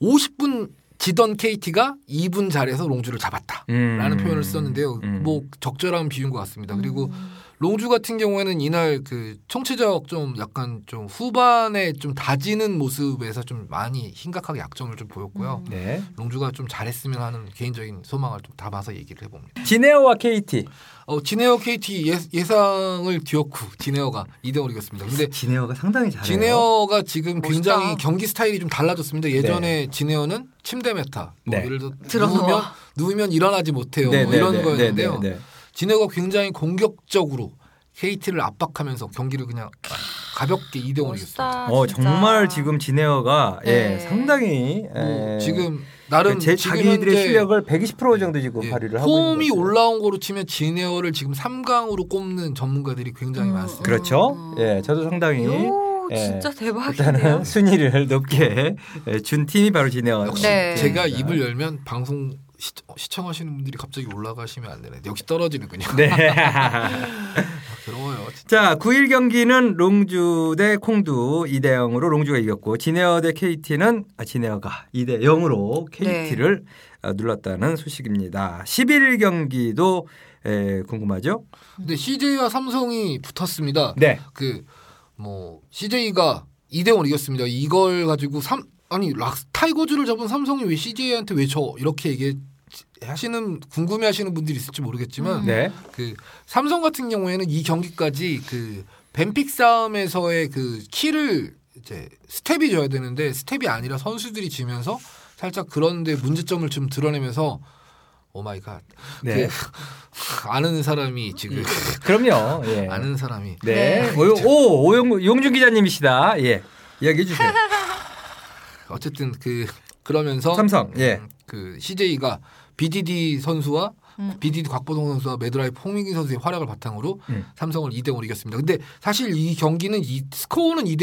Speaker 3: 50분 지던 KT가 2분 잘해서 롱주를 잡았다.
Speaker 1: 음.
Speaker 3: 라는 표현을 썼는데요.
Speaker 1: 음.
Speaker 3: 뭐 적절한 비유인 것 같습니다. 그리고
Speaker 2: 음,
Speaker 3: 롱주 같은 경우에는 이날 그 총체적 좀 약간 좀 후반에 좀 다지는 모습에서 좀 많이 심각하게 약점을 좀
Speaker 2: 음.
Speaker 3: 보였고요.
Speaker 1: 네.
Speaker 3: 롱주가 좀 잘했으면 하는 개인적인 소망을 좀 담아서 얘기를 해봅니다.
Speaker 1: 지네오와 KT.
Speaker 3: 어, 지네어 KT 예, 상을 뒤엎고 지네어가 2대5로 이겼습니다. 근데
Speaker 1: 지네오가 상당히 잘해요.
Speaker 3: 지네어가 지금
Speaker 2: 멋있다.
Speaker 3: 굉장히 경기 스타일이 좀 달라졌습니다. 예전에 지네어는 침대 메타, 뭐
Speaker 1: 네.
Speaker 3: 예를 들어
Speaker 2: 들어누워.
Speaker 3: 누우면 누우면 일어나지 못해요.
Speaker 1: 네,
Speaker 3: 뭐
Speaker 1: 네,
Speaker 3: 이런
Speaker 1: 네,
Speaker 3: 거였는데요.
Speaker 1: 네, 네, 네.
Speaker 3: 지네어가 굉장히 공격적으로 KT를 압박하면서 경기를 그냥 가볍게 2대 0으로 이겼어요.
Speaker 2: 멋있다.
Speaker 1: 어
Speaker 2: 아, 진짜.
Speaker 1: 정말 지금 지네어가
Speaker 2: 네.
Speaker 1: 예, 상당히
Speaker 3: 뭐
Speaker 1: 예,
Speaker 3: 지금 나름
Speaker 1: 제
Speaker 3: 지금
Speaker 1: 자기들의
Speaker 3: 현재
Speaker 1: 실력을 120% 정도 지금
Speaker 3: 예,
Speaker 1: 발휘를 하고 있는
Speaker 3: 폼이
Speaker 1: 거죠.
Speaker 3: 올라온 거로 치면 지네어를 지금 3강으로 꼽는 전문가들이 굉장히
Speaker 2: 음,
Speaker 3: 많습니다.
Speaker 1: 그렇죠. 예, 저도 상당히
Speaker 2: 요
Speaker 1: 예. 음.
Speaker 2: 진짜 대박이네요.
Speaker 1: 일단은 순위를 높게 예, 준 팀이 바로 지네어.
Speaker 3: 역시
Speaker 2: 네.
Speaker 3: 제가 입을 열면 방송 시, 청하시는 분들이 갑자기 올라가시면 안 되네. 역시 떨어지는군요.
Speaker 1: 네.
Speaker 3: 괴로워요.
Speaker 1: 자, 9일 경기는 롱주 대 콩두 2대 0으로 롱주가 이겼고 지네어 대 KT는 아, 지네어가 2대 0으로 KT를
Speaker 3: 네.
Speaker 1: 눌렀다는 소식입니다. 11일 경기도 에, 궁금하죠?
Speaker 3: 근데 CJ와 삼성이 붙었습니다.
Speaker 1: 네.
Speaker 3: 그 뭐 CJ가 2대 0을 이겼습니다. 이걸 가지고 삼 아니 락 타이거즈를 잡은 삼성이 왜 CJ한테 왜 져? 이렇게 얘기 하시는 궁금해 하시는 분들이 있을지 모르겠지만
Speaker 2: 음.
Speaker 1: 네.
Speaker 3: 그 삼성 같은 경우에는 이 경기까지 그 뱀픽 싸움에서의 그 키를 이제 스텝이 져야 되는데 스텝이 아니라 선수들이 지면서 살짝 그런데 문제점을 좀 드러내면서 오 마이 갓.
Speaker 1: 네.
Speaker 3: 그 아는 사람이 지금
Speaker 1: 그럼요. 예.
Speaker 3: 아는 사람이
Speaker 1: 네. 오, 오, 오용, 용준 기자님이시다. 예. 이야기해 주세요.
Speaker 3: 어쨌든 그 그러면서
Speaker 1: 삼성. 예.
Speaker 3: 음, 그 CJ가 BDD 선수와
Speaker 2: 음.
Speaker 3: BDD 곽보동 선수와 매드라이브 홍민기 선수의 활약을 바탕으로
Speaker 1: 음.
Speaker 3: 삼성을 2대 0으로 이겼습니다. 근데 사실 이 경기는 이 스코어는 2대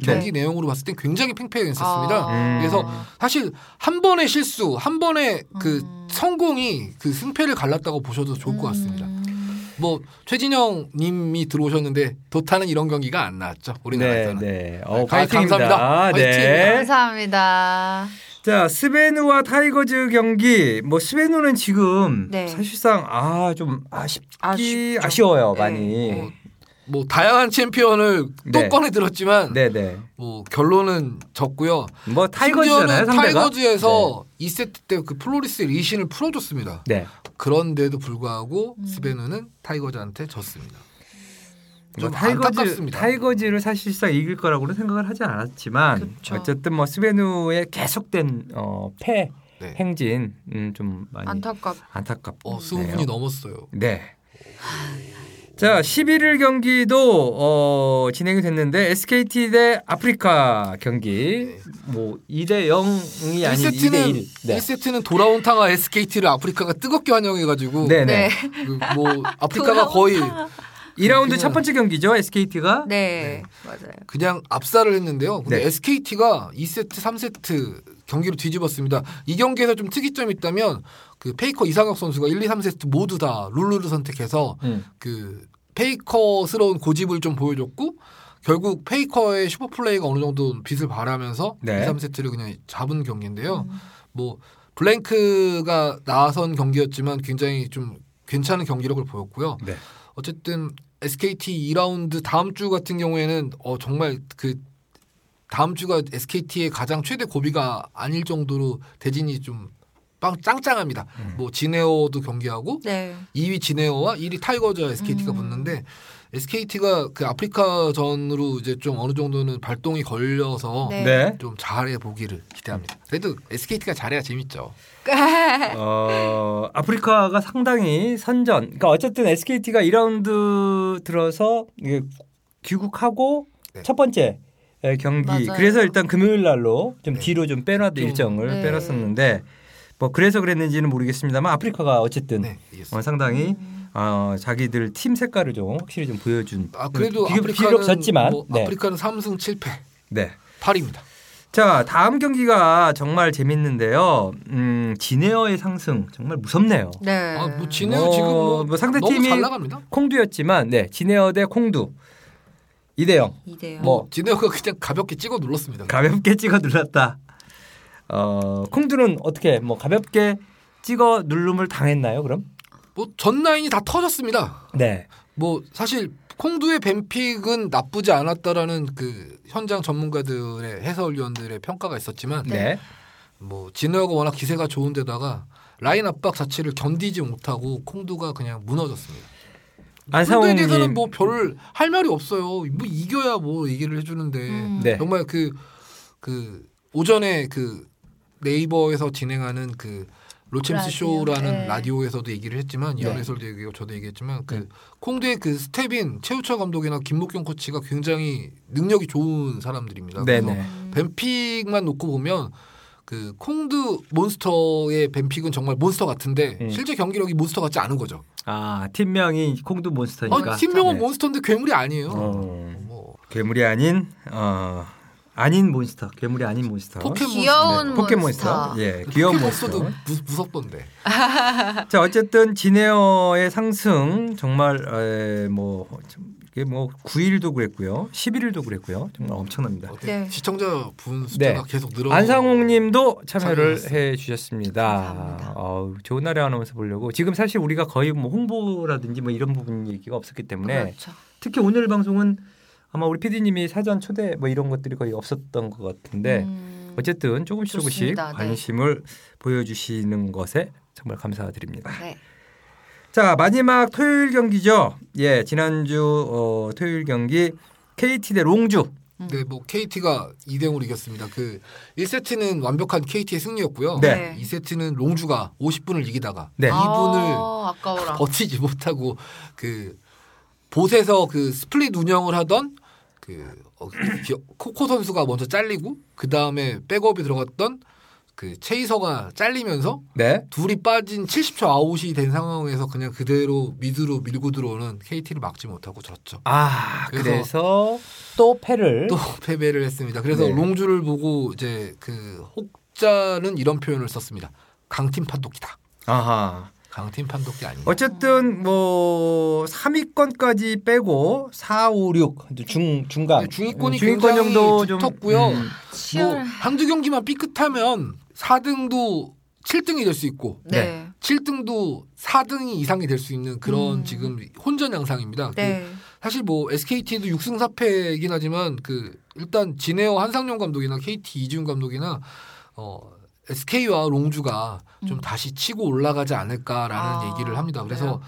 Speaker 1: 네.
Speaker 3: 경기 내용으로 봤을 땐 굉장히
Speaker 2: 아.
Speaker 3: 팽팽했었습니다.
Speaker 1: 음.
Speaker 3: 그래서 사실 한 번의 실수, 한 번의 그
Speaker 2: 음.
Speaker 3: 성공이 그 승패를 갈랐다고 보셔도 좋을 것 같습니다.
Speaker 2: 음.
Speaker 3: 뭐 최진영 님이 들어오셨는데 도타는 이런 경기가 안 나왔죠.
Speaker 1: 네,
Speaker 3: 우리나라에서는.
Speaker 1: 네. 어,
Speaker 3: 가-
Speaker 1: 파이팅입니다.
Speaker 3: 감사합니다.
Speaker 1: 네.
Speaker 3: 파이팅.
Speaker 2: 감사합니다.
Speaker 1: 자, 스베누와 타이거즈 경기. 뭐 스베누는 지금
Speaker 2: 네.
Speaker 1: 사실상 아 좀 아쉽기
Speaker 2: 아쉽죠.
Speaker 1: 아쉬워요
Speaker 2: 네.
Speaker 1: 많이.
Speaker 3: 뭐 다양한 챔피언을 또
Speaker 1: 네.
Speaker 3: 꺼내 들었지만
Speaker 1: 네, 네.
Speaker 3: 뭐 결론은 졌고요.
Speaker 1: 뭐 타이거즈잖아요,
Speaker 3: 심지어는
Speaker 1: 상대가.
Speaker 3: 타이거즈에서 2세트 때 그 플로리스 리신을 풀어줬습니다.
Speaker 1: 네. 네.
Speaker 3: 그런데도 불구하고 스베누는 타이거즈한테 졌습니다.
Speaker 1: 뭐
Speaker 3: 좀
Speaker 1: 타이거즈
Speaker 3: 안타깝습니다.
Speaker 1: 타이거즈를 사실상 이길 거라고는 생각을 하지 않았지만
Speaker 2: 그쵸.
Speaker 1: 어쨌든 뭐 스베누의 계속된 어패
Speaker 3: 네.
Speaker 1: 행진 음, 좀 많이
Speaker 2: 안타깝.
Speaker 1: 안타깝.
Speaker 3: 어, 20분이 넘었어요.
Speaker 1: 네. 자, 11일 경기도 어, 진행이 됐는데 SKT 대 아프리카 경기 뭐 2대 0이 아닌 2대 1.
Speaker 3: 1세트는
Speaker 1: 네.
Speaker 3: 1세트는 돌아온 탕화 SKT를 아프리카가 뜨겁게 환영해가지고
Speaker 1: 네, 네.
Speaker 2: 네.
Speaker 3: 그 뭐 아프리카가 거의
Speaker 1: 2라운드 첫 번째 경기죠, SKT가.
Speaker 2: 네. 맞아요.
Speaker 3: 그냥 압살을 했는데요. 근데
Speaker 1: 네.
Speaker 3: SKT가 2세트, 3세트 경기로 뒤집었습니다. 이 경기에서 좀 특이점이 있다면 그 페이커 이상혁 선수가 1, 2, 3세트 모두 다 룰루를 선택해서
Speaker 1: 음.
Speaker 3: 그 페이커스러운 고집을 좀 보여줬고 결국 페이커의 슈퍼플레이가 어느 정도 빛을 발하면서
Speaker 1: 네.
Speaker 3: 2, 3세트를 그냥 잡은 경기인데요. 뭐 블랭크가 나선 경기였지만 굉장히 좀 괜찮은 경기력을 보였고요.
Speaker 1: 네.
Speaker 3: 어쨌든 SKT 2라운드 다음 주 같은 경우에는 어 정말 그 다음 주가 SKT의 가장 최대 고비가 아닐 정도로 대진이 좀 빵, 짱짱합니다.
Speaker 1: 음.
Speaker 3: 뭐 지네오도 경기하고
Speaker 2: 네.
Speaker 3: 2위 지네어와 1위 타이거즈와 SKT가
Speaker 2: 음.
Speaker 3: 붙는데 SKT가 그 아프리카 전으로 이제 좀 어느 정도는 발동이 걸려서
Speaker 2: 네.
Speaker 1: 네.
Speaker 3: 좀 잘해 보기를 기대합니다. 그래도 SKT가 잘해야 재밌죠.
Speaker 1: 어, 아프리카가 상당히 선전. 그러니까 어쨌든 SKT가 2라운드 들어서 이게 귀국하고
Speaker 3: 네.
Speaker 1: 첫 번째 에, 경기.
Speaker 2: 맞아요.
Speaker 1: 그래서 일단 금요일 날로 좀
Speaker 3: 네.
Speaker 1: 뒤로 좀 빼놨던
Speaker 3: 좀,
Speaker 1: 일정을
Speaker 2: 네.
Speaker 1: 빼놨었는데 뭐 그래서 그랬는지는 모르겠습니다만 아프리카가 어쨌든
Speaker 3: 네, 이겼습니다.
Speaker 1: 어, 상당히 어, 자기들 팀 색깔을 좀 확실히 좀 보여준.
Speaker 3: 아 그래도
Speaker 1: 비교-
Speaker 3: 아프리카는
Speaker 1: 비록 졌지만.
Speaker 3: 뭐
Speaker 1: 네.
Speaker 3: 아프리카는 3승 7패
Speaker 1: 네.
Speaker 3: 8입니다.
Speaker 1: 자 다음 경기가 정말 재밌는데요. 음, 지네어의 상승 정말 무섭네요.
Speaker 2: 네.
Speaker 3: 아뭐 지네어
Speaker 1: 어,
Speaker 3: 지금 뭐,
Speaker 1: 뭐 상대
Speaker 3: 너무
Speaker 1: 팀이
Speaker 3: 잘 나갑니다.
Speaker 1: 콩두였지만 네 지네어 대 콩두 2대0
Speaker 2: 이대요.
Speaker 1: 뭐
Speaker 3: 지네어가 그냥 가볍게 찍어 눌렀습니다.
Speaker 1: 가볍게 찍어 눌렀다. 어 콩두는 어떻게 뭐 가볍게 찍어 눌름을 당했나요 그럼?
Speaker 3: 뭐 전 라인이 다 터졌습니다.
Speaker 1: 네.
Speaker 3: 뭐 사실 콩두의 뱀픽은 나쁘지 않았다라는 그 현장 전문가들의 해설위원들의 평가가 있었지만
Speaker 1: 네.
Speaker 3: 뭐 진호가 워낙 기세가 좋은데다가 라인 압박 자체를 견디지 못하고 콩두가 그냥 무너졌습니다. 콩두에 대해서는
Speaker 1: 안상욱님.
Speaker 3: 뭐 별 할 말이 없어요. 뭐 이겨야 뭐 얘기를 해주는데
Speaker 2: 음.
Speaker 1: 네.
Speaker 3: 정말 그 그 오전에 그 네이버에서 진행하는 그 로챔스
Speaker 5: 라디오.
Speaker 3: 쇼라는
Speaker 5: 네.
Speaker 3: 라디오에서도 얘기를 했지만
Speaker 1: 네.
Speaker 3: 이현에서도 얘기하고 저도 얘기했지만 그
Speaker 1: 네.
Speaker 3: 콩대의 그 스텝인 최우철 감독이나 김목경 코치가 굉장히 능력이 좋은 사람들입니다.
Speaker 1: 네,
Speaker 3: 그래서
Speaker 1: 네.
Speaker 5: 음.
Speaker 3: 뱀픽만 놓고 보면 그 콩드 몬스터의 뱀픽은 정말 몬스터 같은데
Speaker 1: 음.
Speaker 3: 실제 경기력이 몬스터 같지 않은 거죠.
Speaker 1: 아 팀명이 콩두 몬스터니까.
Speaker 3: 아, 팀명은
Speaker 1: 네.
Speaker 3: 몬스터인데 괴물이 아니에요.
Speaker 1: 어,
Speaker 3: 뭐
Speaker 1: 괴물이 아닌 어 아닌 몬스터. 괴물이 아닌 몬스터.
Speaker 3: 포켓몬
Speaker 5: 귀여운
Speaker 1: 네, 포켓
Speaker 5: 몬스터.
Speaker 1: 몬스터. 예, 귀여운 몬스터.
Speaker 3: 그 몬스터도 무, 무섭던데.
Speaker 1: 자 어쨌든 진에어의 상승 정말 에, 뭐 참, 이게 뭐 9일도 그랬고요, 11일도 그랬고요, 정말 엄청납니다.
Speaker 3: 어때?
Speaker 2: 네.
Speaker 3: 시청자 분
Speaker 1: 네.
Speaker 3: 숫자가 계속 늘어.
Speaker 1: 안상홍님도 참여를
Speaker 3: 참여했어요.
Speaker 1: 해 주셨습니다.
Speaker 2: 감사합니다.
Speaker 1: 어우, 좋은 날에 아나운서 보려고 지금 사실 우리가 거의 뭐 홍보라든지 뭐 이런 부분 얘기가 없었기 때문에
Speaker 2: 그렇죠.
Speaker 1: 네. 특히 오늘 방송은 아마 우리 PD님이 사전 초대 뭐 이런 것들이 거의 없었던 것 같은데
Speaker 2: 음,
Speaker 1: 어쨌든 조금씩 조금씩
Speaker 2: 좋습니다. 네.
Speaker 1: 관심을 보여주시는 것에 정말 감사드립니다.
Speaker 2: 네.
Speaker 1: 자 마지막 토요일 경기죠. 예 지난주 어, 토요일 경기 KT 대 롱주.
Speaker 3: 네, 뭐 KT가 2대 0으로 이겼습니다. 그 1세트는 완벽한 KT의 승리였고요.
Speaker 1: 네.
Speaker 3: 2세트는 롱주가 50분을 이기다가
Speaker 1: 네.
Speaker 3: 이분을
Speaker 5: 아, 아까워라.
Speaker 3: 버티지 못하고 그 보세서 그 스플릿 운영을 하던 그 어, 기- 코코 선수가 먼저 잘리고 그 다음에 백업이 들어갔던 그 체이서가 잘리면서
Speaker 1: 네.
Speaker 3: 둘이 빠진 70초 아웃이 된 상황에서 그냥 그대로 미드로 밀고 들어오는 KT를 막지 못하고 졌죠.
Speaker 1: 아
Speaker 3: 그래서
Speaker 1: 그래서, 또 패를
Speaker 3: 또 패배를 했습니다. 그래서
Speaker 1: 네.
Speaker 3: 롱주를 보고 이제 그 혹자는 이런 표현을 썼습니다. 강팀 판독기다.
Speaker 1: 아하.
Speaker 3: 강팀 판독기 아니다.
Speaker 1: 어쨌든 뭐 3위권까지 빼고 4, 5, 6 중, 중간
Speaker 3: 네, 중위권이
Speaker 1: 중위권
Speaker 3: 굉장히
Speaker 1: 정도 좀
Speaker 3: 두텁고요.
Speaker 1: 음.
Speaker 3: 뭐
Speaker 5: 치열해.
Speaker 3: 한두 경기만 삐끗하면 4등도 7등이 될 수 있고
Speaker 2: 네.
Speaker 3: 7등도 4등이 이상이 될 수 있는 그런
Speaker 2: 음.
Speaker 3: 지금 혼전 양상입니다. 그
Speaker 2: 네.
Speaker 3: 사실 뭐 SKT도 6승 4패이긴 하지만 그 일단 진에어 한상용 감독이나 KT 이지훈 감독이나 어 SK와 롱주가 좀
Speaker 5: 음.
Speaker 3: 다시 치고 올라가지 않을까라는
Speaker 2: 아,
Speaker 3: 얘기를 합니다. 그래서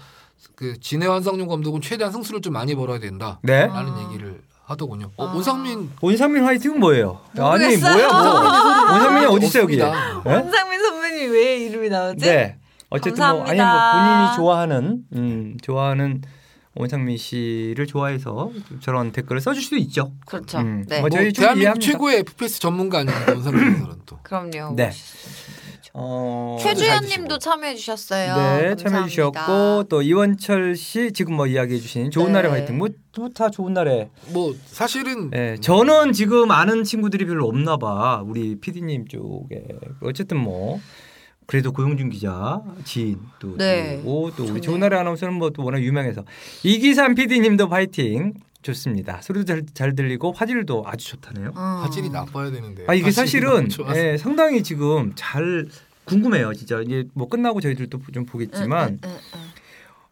Speaker 2: 그래요?
Speaker 3: 그 진에어 한상용 감독은 최대한 승수를 좀 많이 벌어야 된다라는
Speaker 1: 네.
Speaker 2: 아.
Speaker 3: 얘기를 하더군요. 어,
Speaker 2: 아.
Speaker 3: 원상민
Speaker 1: 원상민 화이팅은 뭐예요? 아니
Speaker 2: 모르겠어요.
Speaker 1: 뭐야 뭐. 원상민이 어디 있어 여기?
Speaker 3: 없습니다.
Speaker 1: 예?
Speaker 2: 한상민 선배님 왜 이름이 나오지?
Speaker 1: 네. 어쨌든 뭐 아니 뭐
Speaker 2: 감사합니다.
Speaker 1: 본인이 좋아하는 음, 좋아하는 원상민 씨를 좋아해서 저런 댓글을 써줄 수도 있죠.
Speaker 2: 그렇죠.
Speaker 1: 음.
Speaker 2: 네.
Speaker 1: 어, 저희
Speaker 3: 뭐
Speaker 1: 좀
Speaker 3: 대한민국
Speaker 1: 이해합니다.
Speaker 3: 최고의 FPS 전문가 아닙니까 원상민 선수는 또.
Speaker 2: 그럼요.
Speaker 1: 네. 어,
Speaker 5: 그렇죠. 최주현
Speaker 1: 잘
Speaker 5: 님도
Speaker 1: 드시고.
Speaker 5: 참여해 주셨어요.
Speaker 1: 네,
Speaker 5: 감사합니다.
Speaker 1: 참여해 주셨고 또 이원철 씨 지금 뭐 이야기해 주신 좋은
Speaker 5: 네.
Speaker 1: 날에 화이팅. 뭐다 좋은 날에.
Speaker 3: 뭐 사실은 음,
Speaker 1: 예, 저는 지금 아는 친구들이 별로 없나 봐. 우리 PD님 쪽에. 어쨌든 뭐 그래도 고용준 기자 지인 또
Speaker 2: 네.
Speaker 1: 그리고 또 우리
Speaker 5: 좋네요.
Speaker 1: 좋은 날의 아나운서는 뭐 또 워낙 유명해서 이기산 PD님도 화이팅. 좋습니다. 소리도 잘, 잘 들리고 화질도 아주 좋다네요.
Speaker 5: 음.
Speaker 3: 화질이 나빠야 되는데.
Speaker 1: 아 이게
Speaker 3: 화질이
Speaker 1: 사실은
Speaker 3: 너무 좋아서.
Speaker 1: 예, 상당히 지금 잘 궁금해요. 진짜 이제 뭐 끝나고 저희들도 좀 보겠지만
Speaker 5: 응, 응, 응.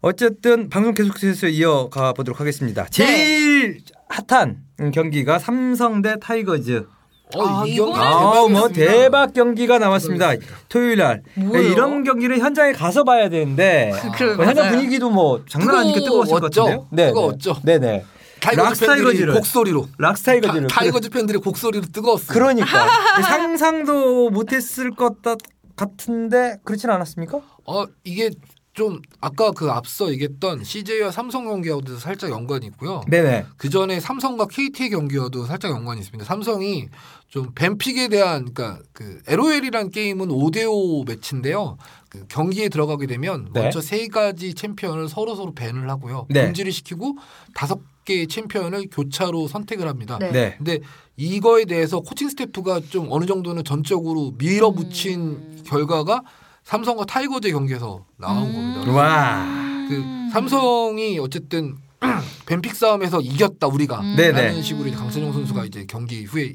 Speaker 1: 어쨌든 방송 계속해서 이어가 보도록 하겠습니다. 제일
Speaker 5: 네.
Speaker 1: 핫한 음, 경기가 삼성 대 타이거즈.
Speaker 3: 어,
Speaker 2: 아,
Speaker 3: 이
Speaker 2: 이거는
Speaker 3: 경기
Speaker 1: 아우 뭐
Speaker 3: 대박이었습니다. 그러니까.
Speaker 1: 대박 경기가 나왔습니다. 토요일 날 네,
Speaker 2: 뭐예요?
Speaker 1: 이런 경기는 현장에 가서 봐야 되는데
Speaker 2: 네, 그,
Speaker 1: 뭐 현장
Speaker 2: 맞아요.
Speaker 1: 분위기도 뭐 장난 아니게 뜨거웠을 것
Speaker 3: 뜨거웠죠?
Speaker 1: 같은데요. 네,
Speaker 3: 뜨거웠죠?
Speaker 1: 네, 네.
Speaker 3: 타이거즈
Speaker 1: 락스
Speaker 3: 팬들이
Speaker 1: 타이거즈를.
Speaker 3: 곡소리로
Speaker 1: 락스타이거즈를 그
Speaker 3: 타, 이거즈 팬들이 곡소리로 뜨거웠어요.
Speaker 1: 그러니까 상상도 못했을 것 같- 같은데 그렇진 않았습니까?
Speaker 3: 어 이게 좀 아까 그 앞서 얘기했던 CJ와 삼성 경기하고도 살짝 연관이 있고요.
Speaker 1: 네네.
Speaker 3: 그 전에 삼성과 KT의 경기와도 살짝 연관이 있습니다. 삼성이 좀 뱀픽에 대한 그러니까 그 LOL이란 게임은 5대5 매치인데요. 그 경기에 들어가게 되면
Speaker 1: 네.
Speaker 3: 먼저 세 가지 챔피언을 서로 서로 밴을 하고요.
Speaker 1: 네.
Speaker 3: 금지를 시키고 다섯 개의 챔피언을 교차로 선택을 합니다.
Speaker 5: 네.
Speaker 1: 네.
Speaker 3: 근데 이거에 대해서 코칭 스태프가 좀 어느 정도는 전적으로 밀어붙인
Speaker 5: 음.
Speaker 3: 결과가 삼성과 타이거즈의 경기에서 나온
Speaker 5: 음.
Speaker 3: 겁니다.
Speaker 1: 네. 와.
Speaker 3: 그 삼성이 어쨌든 뱀픽 싸움에서 이겼다 우리가
Speaker 5: 음.
Speaker 1: 네네.
Speaker 3: 라는 식으로 이제 강찬용 선수가 이제 경기 후에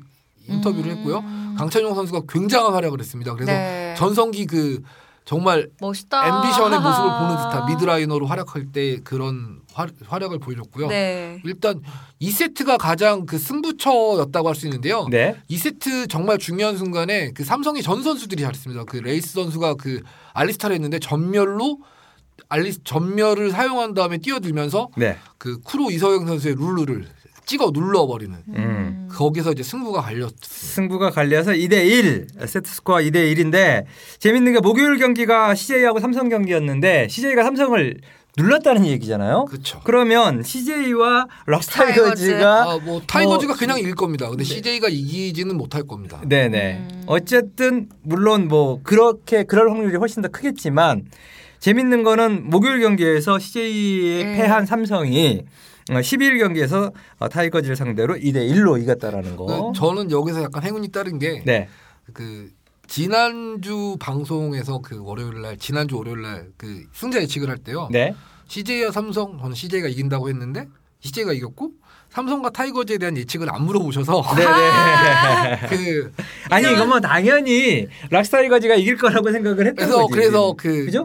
Speaker 3: 인터뷰를 했고요. 강찬용 선수가 굉장한 활약을 했습니다. 그래서
Speaker 5: 음. 네. 아.
Speaker 3: 전성기 그 정말
Speaker 5: 멋있다.
Speaker 3: 앰비션의 모습을 보는 듯한 미드라이너로 활약할 때 그런 화- 활약을 보여줬고요.
Speaker 2: 네.
Speaker 3: 일단 2세트가 가장 그 승부처였다고 할 수 있는데요.
Speaker 1: 네.
Speaker 3: 2세트 정말 중요한 순간에 그 삼성의 전 선수들이 잘했습니다. 그 레이스 선수가 그 알리스타를 했는데 전멸로 알리스 전멸을 사용한 다음에 뛰어들면서
Speaker 1: 네.
Speaker 3: 그 쿠로 이서영 선수의 룰루를 찍어 눌러버리는
Speaker 1: 음.
Speaker 3: 그 거기서 이제 승부가 갈렸.
Speaker 1: 승부가 갈려서 2대1 세트 스코어 2대1인데 재밌는 게 목요일 경기가 CJ하고 삼성 경기였는데 CJ가 삼성을 눌렀다는 얘기잖아요.
Speaker 3: 그렇죠.
Speaker 1: 그러면 CJ와 락스타이거즈가
Speaker 3: 아, 뭐 타이거즈가 그냥 이길 겁니다. 근데 CJ가 이기지는 못할 겁니다.
Speaker 1: 네. 네네. 어쨌든 물론 뭐 그렇게 그럴 확률이 훨씬 더 크겠지만 재밌는 거는 목요일 경기에서 CJ에
Speaker 2: 음.
Speaker 1: 패한 삼성이 어, 12일 경기에서 어, 타이거즈를 상대로 2대 1로 이겼다라는 거.
Speaker 3: 그 저는 여기서 약간 행운이 따른 게
Speaker 1: 네.
Speaker 3: 그 지난주 방송에서 그 월요일 날 지난주 월요일 날 그 승자 예측을 할 때요.
Speaker 1: 네.
Speaker 3: CJ와 삼성 저는 CJ가 이긴다고 했는데 CJ가 이겼고 삼성과 타이거즈에 대한 예측을 안 물어보셔서
Speaker 1: 네, 네.
Speaker 3: 그
Speaker 1: 아니 이거 뭐 당연히 락스타이거즈가 이길 거라고 생각을 했던
Speaker 3: 그래서
Speaker 1: 거지.
Speaker 3: 그래서 그
Speaker 1: 그죠?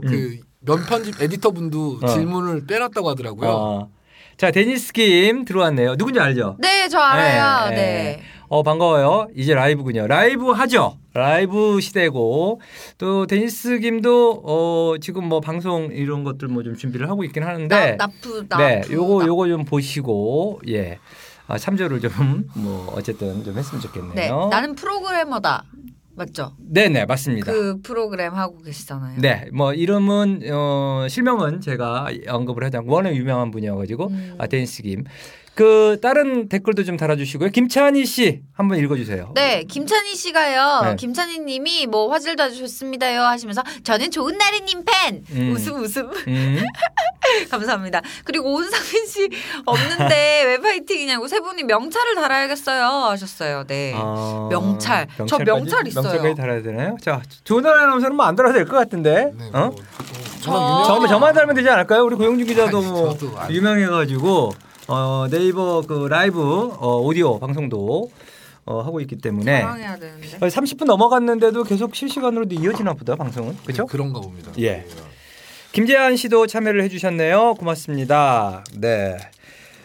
Speaker 1: 그죠?
Speaker 3: 그 면편집 에디터 분도
Speaker 1: 음. 어.
Speaker 3: 질문을 빼놨다고 하더라고요.
Speaker 1: 어. 자, 데니스 김 들어왔네요. 누군지 알죠?
Speaker 2: 네, 저 알아요.
Speaker 1: 예, 예.
Speaker 2: 네.
Speaker 1: 어, 반가워요. 이제 라이브군요. 라이브 하죠. 라이브 시대고 또 데니스 김도 어, 지금 뭐 방송 이런 것들 뭐 좀 준비를 하고 있긴 하는데
Speaker 2: 나, 나쁘 나.
Speaker 1: 네, 요거
Speaker 2: 나-
Speaker 1: 요거 좀 보시고 예. 아, 참조를 좀 뭐 어쨌든 좀 했으면
Speaker 2: 네.
Speaker 1: 좋겠네요.
Speaker 2: 나는 프로그래머다. 맞죠?
Speaker 1: 네, 네, 맞습니다.
Speaker 2: 그 프로그램 하고 계시잖아요.
Speaker 1: 네, 뭐 이름은 어, 실명은 제가 언급을 하지 않고 워낙 유명한 분이어가지고
Speaker 2: 음.
Speaker 1: 아, 데니스 김. 그 다른 댓글도 좀 달아주시고요. 김찬희 씨 한번 읽어주세요.
Speaker 2: 네, 김찬희 씨가요.
Speaker 1: 네.
Speaker 2: 김찬희 님이 뭐 화질도 아주 좋습니다요 하시면서 저는 좋은 날이님 팬.
Speaker 1: 음.
Speaker 2: 웃음 웃음
Speaker 1: 음,
Speaker 2: 감사합니다. 그리고 온상민 씨 없는데 왜 파이팅이냐고 세 분이 명찰을 달아야겠어요 하셨어요. 네.
Speaker 1: 어,
Speaker 2: 명찰. 저
Speaker 1: 명찰까지?
Speaker 2: 명찰 있어요.
Speaker 1: 명찰까지 달아야 되나요? 자, 조은하 아나운서는 뭐안 달아도 될 것 같은데.
Speaker 3: 네,
Speaker 1: 어?
Speaker 3: 뭐,
Speaker 2: 저-
Speaker 1: 저, 저만 달면 되지 않을까요? 우리 고영주 기자도
Speaker 3: 아니,
Speaker 1: 뭐
Speaker 3: 저도 안-
Speaker 1: 유명해가지고 어, 네이버 그 라이브 어, 오디오 방송도 어, 하고 있기 때문에
Speaker 2: 사랑해야 되는데.
Speaker 1: 어, 30분 넘어갔는데도 계속 실시간으로도 이어지나 보다 방송은 그렇죠?
Speaker 3: 네, 음, 그런가 봅니다.
Speaker 1: 예. 김재한 씨도 참여를 해주셨네요. 고맙습니다. 네.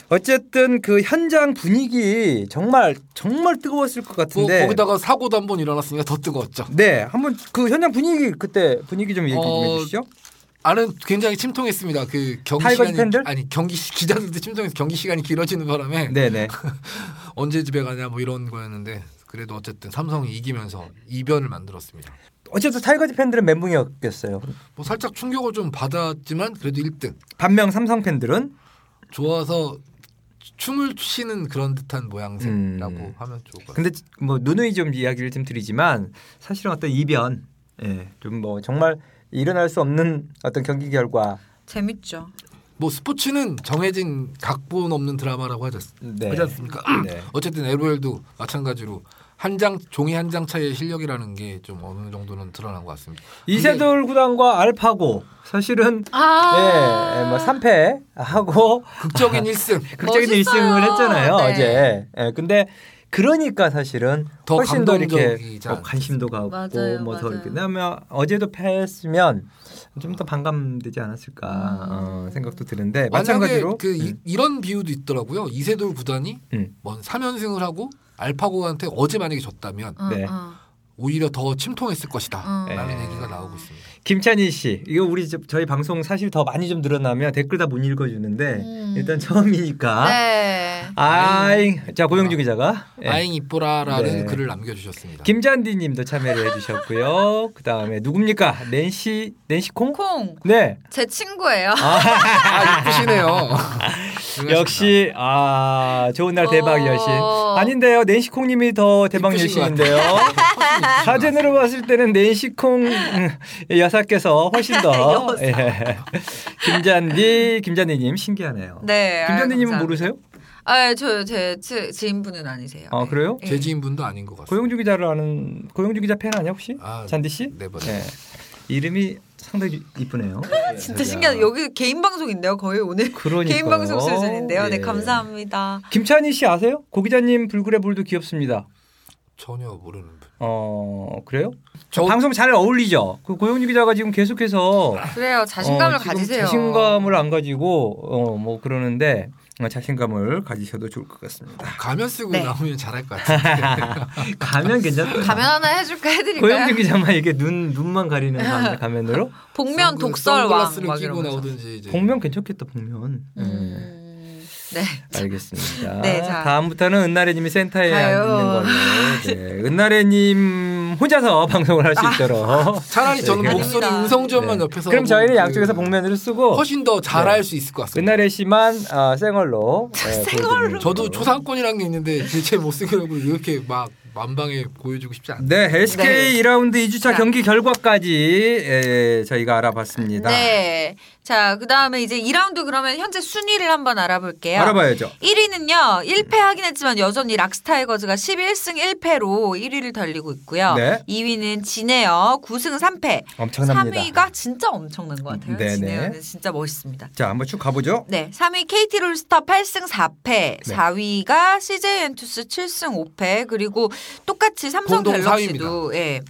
Speaker 1: 어쨌든 그 현장 분위기 정말 정말 뜨거웠을 것
Speaker 3: 뭐,
Speaker 1: 같은데.
Speaker 3: 거기다가 사고도 한 번 일어났으니까 더 뜨거웠죠.
Speaker 1: 네, 한번 그 현장 분위기 그때 분위기 좀 얘기 좀
Speaker 3: 어,
Speaker 1: 해주시죠.
Speaker 3: 아는 굉장히 침통했습니다. 그 경기
Speaker 1: 타이거즈
Speaker 3: 시간이
Speaker 1: 팬들?
Speaker 3: 아니 경기 시- 기자들도 침통해서 경기 시간이 길어지는 바람에
Speaker 1: 네네.
Speaker 3: 언제 집에 가냐 뭐 이런 거였는데 그래도 어쨌든 삼성이 이기면서 이변을 만들었습니다.
Speaker 1: 어쨌든 타이거즈 팬들은 멘붕이었겠어요.
Speaker 3: 뭐 살짝 충격을 좀 받았지만 그래도 1등
Speaker 1: 반면 삼성 팬들은
Speaker 3: 좋아서 춤을 추시는 그런 듯한 모양새라고
Speaker 1: 음.
Speaker 3: 하면 좋을 것 같아요.
Speaker 1: 근데 뭐 누누이 좀 이야기를 좀 드리지만 사실은 어떤 이변, 예, 좀 뭐 정말 일어날 수 없는 어떤 경기 결과.
Speaker 2: 재밌죠.
Speaker 3: 뭐 스포츠는 정해진 각본 없는 드라마라고 하지, 않-
Speaker 1: 네.
Speaker 3: 하지 않습니까?
Speaker 1: 네.
Speaker 3: 어쨌든 LOL도 마찬가지로 한 장 종이 한 장 차이의 실력이라는 게 좀 어느 정도는 드러난 것 같습니다.
Speaker 1: 이세돌 구단과 알파고 사실은
Speaker 2: 아.
Speaker 1: 예, 네, 뭐 3패 하고 아.
Speaker 3: 극적인 1승
Speaker 1: 극적인
Speaker 2: 멋있어요.
Speaker 1: 1승을 했잖아요
Speaker 2: 네.
Speaker 1: 어제. 예, 근데 그러니까 사실은
Speaker 3: 더
Speaker 1: 훨씬 더 이렇게
Speaker 3: 감동적이지 않-
Speaker 1: 어, 관심도 가고
Speaker 2: 맞아요,
Speaker 1: 뭐 더
Speaker 2: 맞아요.
Speaker 1: 이렇게. 왜냐하면 어제도 패했으면 좀 더 반감되지 않았을까
Speaker 2: 음.
Speaker 1: 어, 생각도 드는데
Speaker 3: 아. 만약에
Speaker 1: 마찬가지로
Speaker 3: 그 이,
Speaker 1: 음,
Speaker 3: 이런 비유도 있더라고요. 이세돌 구단이
Speaker 1: 음.
Speaker 3: 뭔 3연승을 하고 알파고한테 어제 만약에 졌다면
Speaker 2: 어,
Speaker 1: 네.
Speaker 2: 어.
Speaker 3: 오히려 더 침통했을 것이다.
Speaker 2: 음.
Speaker 3: 라는
Speaker 1: 네.
Speaker 3: 얘기가 나오고 있습니다.
Speaker 1: 김찬희 씨 이거 우리 저- 저희 방송 사실 더 많이 좀 늘어나면 댓글 다 못 읽어주는데
Speaker 2: 음.
Speaker 1: 일단 처음이니까.
Speaker 2: 네.
Speaker 1: 아잉 자 고영주 기자가 예.
Speaker 3: 아잉 이뻐라라는
Speaker 1: 네.
Speaker 3: 글을 남겨주셨습니다.
Speaker 1: 김잔디 님도 참여를 해주셨고요. 그 다음에 누굽니까? 낸시, 낸시콩?
Speaker 2: 콩.
Speaker 1: 네.
Speaker 2: 제 친구예요.
Speaker 3: 아 이쁘시네요.
Speaker 1: 역시, 아, 좋은 날 대박
Speaker 2: 어.
Speaker 1: 여신. 아닌데요. 낸시콩 님이 더 대박
Speaker 3: 이쁘신 것
Speaker 1: 여신인데요. 사진으로 봤을 때는 낸시콩 음, 여사께서 훨씬 더.
Speaker 2: 여사.
Speaker 1: 예. 김잔디, 김잔디 님 신기하네요.
Speaker 2: 네.
Speaker 1: 김잔디
Speaker 2: 아유,
Speaker 1: 님은
Speaker 2: 감사합니다.
Speaker 1: 모르세요?
Speaker 2: 아, 저제 지인분은 아니세요.
Speaker 1: 아,
Speaker 2: 네.
Speaker 1: 그래요?
Speaker 2: 예.
Speaker 3: 제 지인분도 아닌 것 같습니다.
Speaker 1: 고영주 기자를 아는, 고영주 기자 팬 아니야, 혹시?
Speaker 3: 아,
Speaker 1: 잔디 씨?
Speaker 3: 네, 맞아요.
Speaker 1: 예. 이름이 상당히 이쁘네요.
Speaker 2: 진짜 신기하다. 여기 개인 방송인데요. 거의 오늘
Speaker 1: 그러니까요.
Speaker 2: 개인 방송 수준인데요.
Speaker 1: 예.
Speaker 2: 네, 감사합니다.
Speaker 1: 김찬희 씨 아세요? 고 기자님 불굴의 볼도 귀엽습니다.
Speaker 3: 전혀 모르는 분.
Speaker 1: 어 그래요?
Speaker 3: 저-
Speaker 1: 방송 잘 어울리죠. 그 고영주 기자가 지금 계속해서
Speaker 2: 그래요. 아, 자신감을
Speaker 1: 어, 지금
Speaker 2: 가지세요.
Speaker 1: 자신감을 안 가지고 어 뭐 그러는데 어, 자신감을 가지셔도 좋을 것 같습니다.
Speaker 3: 가면 쓰고
Speaker 2: 네.
Speaker 3: 나오면 잘할 것 같은데.
Speaker 1: 가면 괜찮아요.
Speaker 2: 가면 하나 해줄까
Speaker 1: 고영주
Speaker 2: 해드릴까요?
Speaker 1: 기자만 이게 눈 눈만 가리는 가면- 가면으로
Speaker 2: 복면
Speaker 3: 선글-
Speaker 2: 독설왕
Speaker 3: 그 선글라스를
Speaker 2: 막
Speaker 1: 네.
Speaker 3: 끼고
Speaker 2: 이러면서.
Speaker 3: 나오든지 이제.
Speaker 1: 복면 괜찮겠다 복면. 예.
Speaker 2: 음. 네.
Speaker 1: 알겠습니다.
Speaker 2: 네, 자.
Speaker 1: 다음부터는 은나래님이 센터에
Speaker 2: 아유.
Speaker 1: 있는 걸로. 네. 은나래님 혼자서 방송을 할 수
Speaker 2: 아.
Speaker 1: 있도록.
Speaker 3: 차라리 저는
Speaker 1: 네,
Speaker 3: 목소리
Speaker 2: 아닙니다.
Speaker 3: 음성 지원만
Speaker 1: 네.
Speaker 3: 옆에서
Speaker 1: 그럼
Speaker 3: 하고
Speaker 1: 저희는
Speaker 3: 그
Speaker 1: 양쪽에서 복면을 쓰고
Speaker 3: 훨씬 더 잘할 수 있을 것 같습니다.
Speaker 1: 은나래 씨만 어, 생얼로. 네,
Speaker 2: 생얼로.
Speaker 1: 보여드리는
Speaker 3: 저도
Speaker 1: 걸로.
Speaker 3: 초상권이라는 게 있는데 제제 못생기라고 이렇게 막 만방에 보여주고 싶지 않아요.
Speaker 1: 네, SK 2라운드 2주차
Speaker 2: 자.
Speaker 1: 경기 결과까지 예, 저희가 알아봤습니다.
Speaker 2: 네. 자, 그 다음에 이제 2라운드 그러면 현재 순위를 한번 알아볼게요.
Speaker 1: 알아봐야죠.
Speaker 2: 1위는요, 1패하긴 했지만 여전히 락스타이거즈가 11승 1패로 1위를 달리고 있고요.
Speaker 1: 네.
Speaker 2: 2위는 지네어 9승 3패.
Speaker 1: 엄청납니다.
Speaker 2: 3위가 진짜 엄청난 것 같아요.
Speaker 1: 네네.
Speaker 2: 지네어는 진짜 멋있습니다.
Speaker 1: 자, 한번 쭉 가보죠.
Speaker 2: 네, 3위 KT 롤스터 8승 4패,
Speaker 1: 네.
Speaker 2: 4위가 CJ 엔투스 7승 5패, 그리고 똑같이 삼성
Speaker 3: 공동
Speaker 2: 갤럭시도 예.